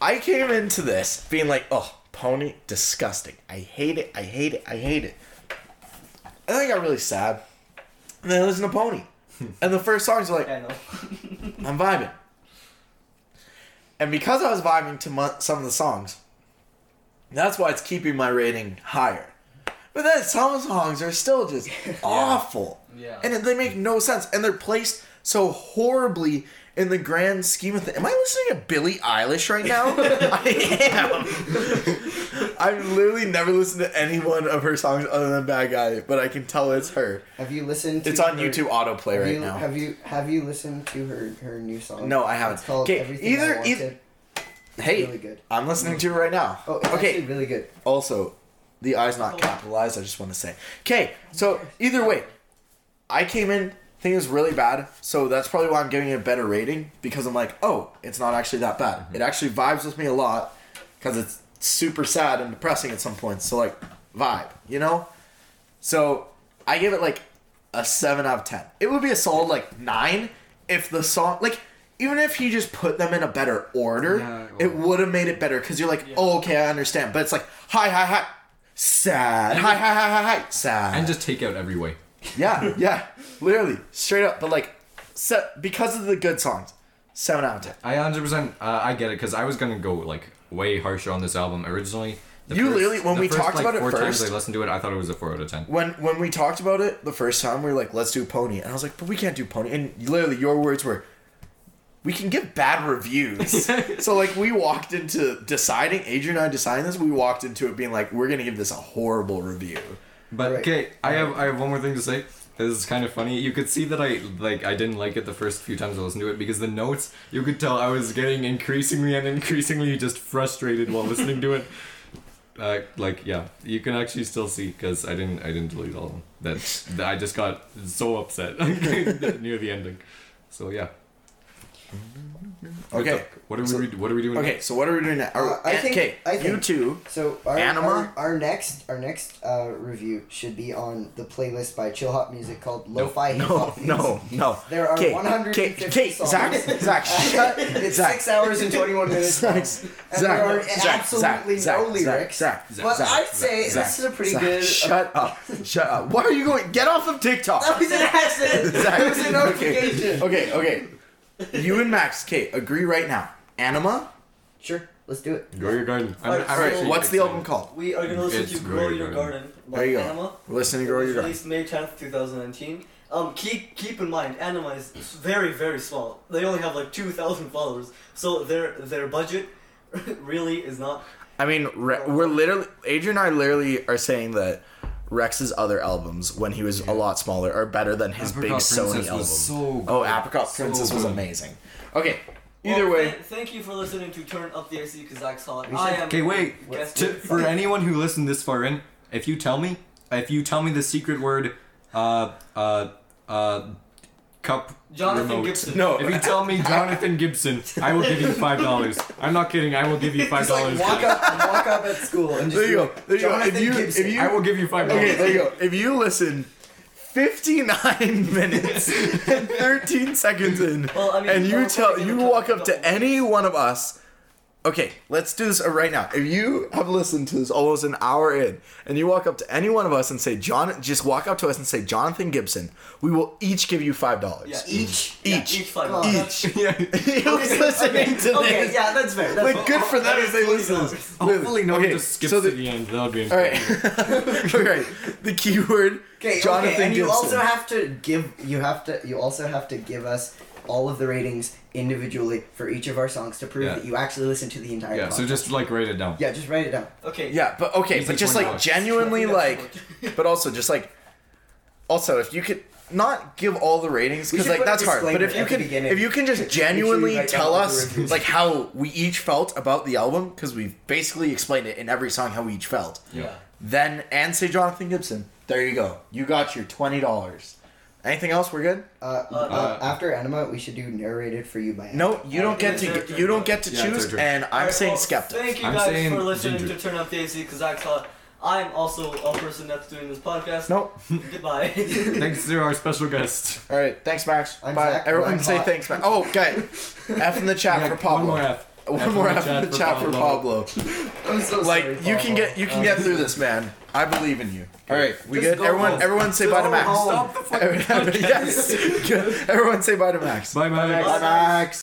I came into this being like, oh, pony, disgusting. I hate it. I hate it. I hate it. And then I got really sad. And then I listened to Pony. And the first songs are like,
Yeah, I know.
I'm vibing. And because I was vibing to mon- some of the songs, that's why it's keeping my rating higher. But then some songs are still just awful.
Yeah.
And they make no sense. And they're placed so horribly in the grand scheme of things. Am I listening to Billie Eilish right now? I am. I've literally never listened to any one of her songs other than Bad Guy, but I can tell it's her.
Have you listened? to
It's on
her-
YouTube autoplay
Have
right
you,
now.
Have you have you listened to her her new song?
No, I haven't.
It's called
Okay,
Everything
either-
I
either-
Wanted.
hey,
really good.
I'm listening to it right now.
Oh, it's
okay.
okay. Actually really good.
Also, the I's not capitalized. I just want to say. Okay, so either way, I came in thing is really bad, so that's probably why I'm giving it a better rating because I'm like, oh, it's not actually that bad. It actually vibes with me a lot because it's super sad and depressing at some points. So like, vibe, you know. So I give it like a seven out of ten. It would be a solid like nine if the song like. Even if he just put them in a better order,
Yeah, it
it
would.
would have made it better because you're like, oh, okay, I understand. But it's like, hi, hi, hi, sad, hi, hi, hi, hi, hi, sad.
And just take out every way.
Yeah, yeah, literally, straight up. But like, se- because of the good songs, seven out of ten.
I 100%, uh, I get it, because I was going to go, like, way harsher on this album originally. The
You literally- when
the
we
first,
talked
like,
about it
four times
first-
I listened to it, I thought it was a 4 out of 10.
When when we talked about it the first time, we were like, let's do Pony, and I was like, but we can't do Pony. And literally, your words were, we can give bad reviews. so like, we walked into deciding Adrian and I deciding this. We walked into it being like, we're gonna give this a horrible review.
But
Right.
okay, I have I have one more thing to say. This is kind of funny. You could see that I like I didn't like it the first few times I listened to it because the notes you could tell I was getting increasingly and increasingly just frustrated while listening to it. Uh, like yeah, you can actually still see because I didn't I didn't delete all of them. That, that I just got so upset near the ending. So yeah. What
Okay.
the- What are we
So-
re- What are we doing?
Okay, so what are we doing now?
Uh, I think-
okay,
I think-
you two.
So our,
Anima?
our our next our next uh, review should be on the playlist by Chill Hop Music called Lo-Fi Hip
No,
Hop.
no, no.
There are
Okay,
150
okay,
songs.
Zach, Zach, shut-
it's
Zach.
six hours and 21 minutes.
Zach,
long. and there are
Zach,
absolutely
Zach,
no
Zach,
lyrics.
Zach, Zach,
but
Zach,
I'd say
Zach,
this is a pretty
Zach,
good.
Shut up! Shut up! Why are you going? Get off of TikTok.
that was an accident.
Zach,
that was a notification.
Okay, okay. You and Max, Kate, agree right now. Anima.
Sure, let's do it.
Grow your garden. I'm,
Alright,
I'm
so-
actually
What's the
excited.
album called?
We are gonna listen
It's
to Grow
great,
Your
right?
Garden by
There you go.
Anima.
We're listening to
It
Grow
was
Your Garden.
Released May 10th, 2019. Um, keep keep in mind, Anima is very very small. They only have like 2,000 followers, so their their budget really is not.
I mean, Re- we're literally Adrian and I literally are saying that Rex's other albums, when he was a lot smaller, are better than his big
Apricot
Sony
Princess
album.
was so
oh,
good.
Apricot
So
Princess was
good.
amazing. Okay. Either
Well,
way,
th- thank you for listening to Turn Up the AC because Zach's hot.
We
I
should-
am.
Okay, wait.
Guess
To,
what?
for anyone who listened this far in, if you tell me, if you tell me the secret word, uh, uh, uh, cup
Jonathan
remote.
Gibson.
no.
If you tell me Jonathan Gibson, I will give you five dollars. I'm not kidding. I will give you five
Just like
dollars.
walk up, walk up at school and just
There you
be
go.
like,
There you go. If
Jonathan
you- if
Gibson.
you-
I will give you five dollars.
Okay, there you go. If you listen 59 minutes and 13 seconds in,
Well, I mean,
and
we're
you tell
probably
you
gonna
walk
talk about-
up to any one of us, okay, let's do this right now. If you have listened to this almost an hour in, and you walk up to any one of us and say John, just walk up to us and say Jonathan Gibson, we will each give you five dollars.
Yeah,
each,
Yeah,
each,
each five dollars.
each.
Yeah.
Who's listening to this?
Okay, yeah, that's fair. That's
Like good for them if they listen. to this.
Hopefully, Oh, no
Okay,
one just skips
so the-
to the end. That would be
All
incredible.
right. All right. The keyword
Okay,
Jonathan
okay, and you
Gibson.
also have to give you have to you also have to give us all of the ratings individually for each of our songs to prove
Yeah.
that you actually listen to the entire.
Yeah. So
podcast.
just like write it down.
yeah, just write it down.
Okay.
yeah, but okay,
Easy
but just
$20.
like genuinely
Yeah,
like
sure.
but also just like also if you could not give all the ratings
We
because
should
like
put a
that's hard. But
disclaimer
if you
at the
could
beginning.
if you can just
sure you
genuinely
write down
tell
all the
us
reviews.
like how we each felt about the album because we've basically explained it in every song how we each felt.
Yeah.
Then and say Jonathan Gibson. There you go. You got your twenty dollars. Anything else? We're good.
Uh, uh, after Anima, we should do narrated for you by. Anima.
No, you don't get
it's
to
our
you don't get to
Yeah, it's our
choose,
turn.
and I'm
Alright,
saying
well,
skeptic.
Thank you
I'm
guys
saying
for listening
ginger.
to Turn Up the AC because Zach's hot. I'm also a person that's doing this podcast.
Nope.
Goodbye.
Thanks to our special guest.
All right, thanks, Max.
I'm
Bye.
Zach,
Everyone
I'm
say
hot.
thanks, Max. Oh, okay. F in the chat
Yeah,
for Pablo.
One more F.
One more F, in
chat
the chat for Pablo.
I'm so
Like
sorry,
you
Pablo.
can get you can get through this, man. I believe in you. All right, we
Just
good.
go
Everyone,
home.
everyone say
Just
bye to
go
Max.
home.
Stop the fucking.
yes. Good. Everyone say bye to Max.
Bye, Max.
Bye, Max.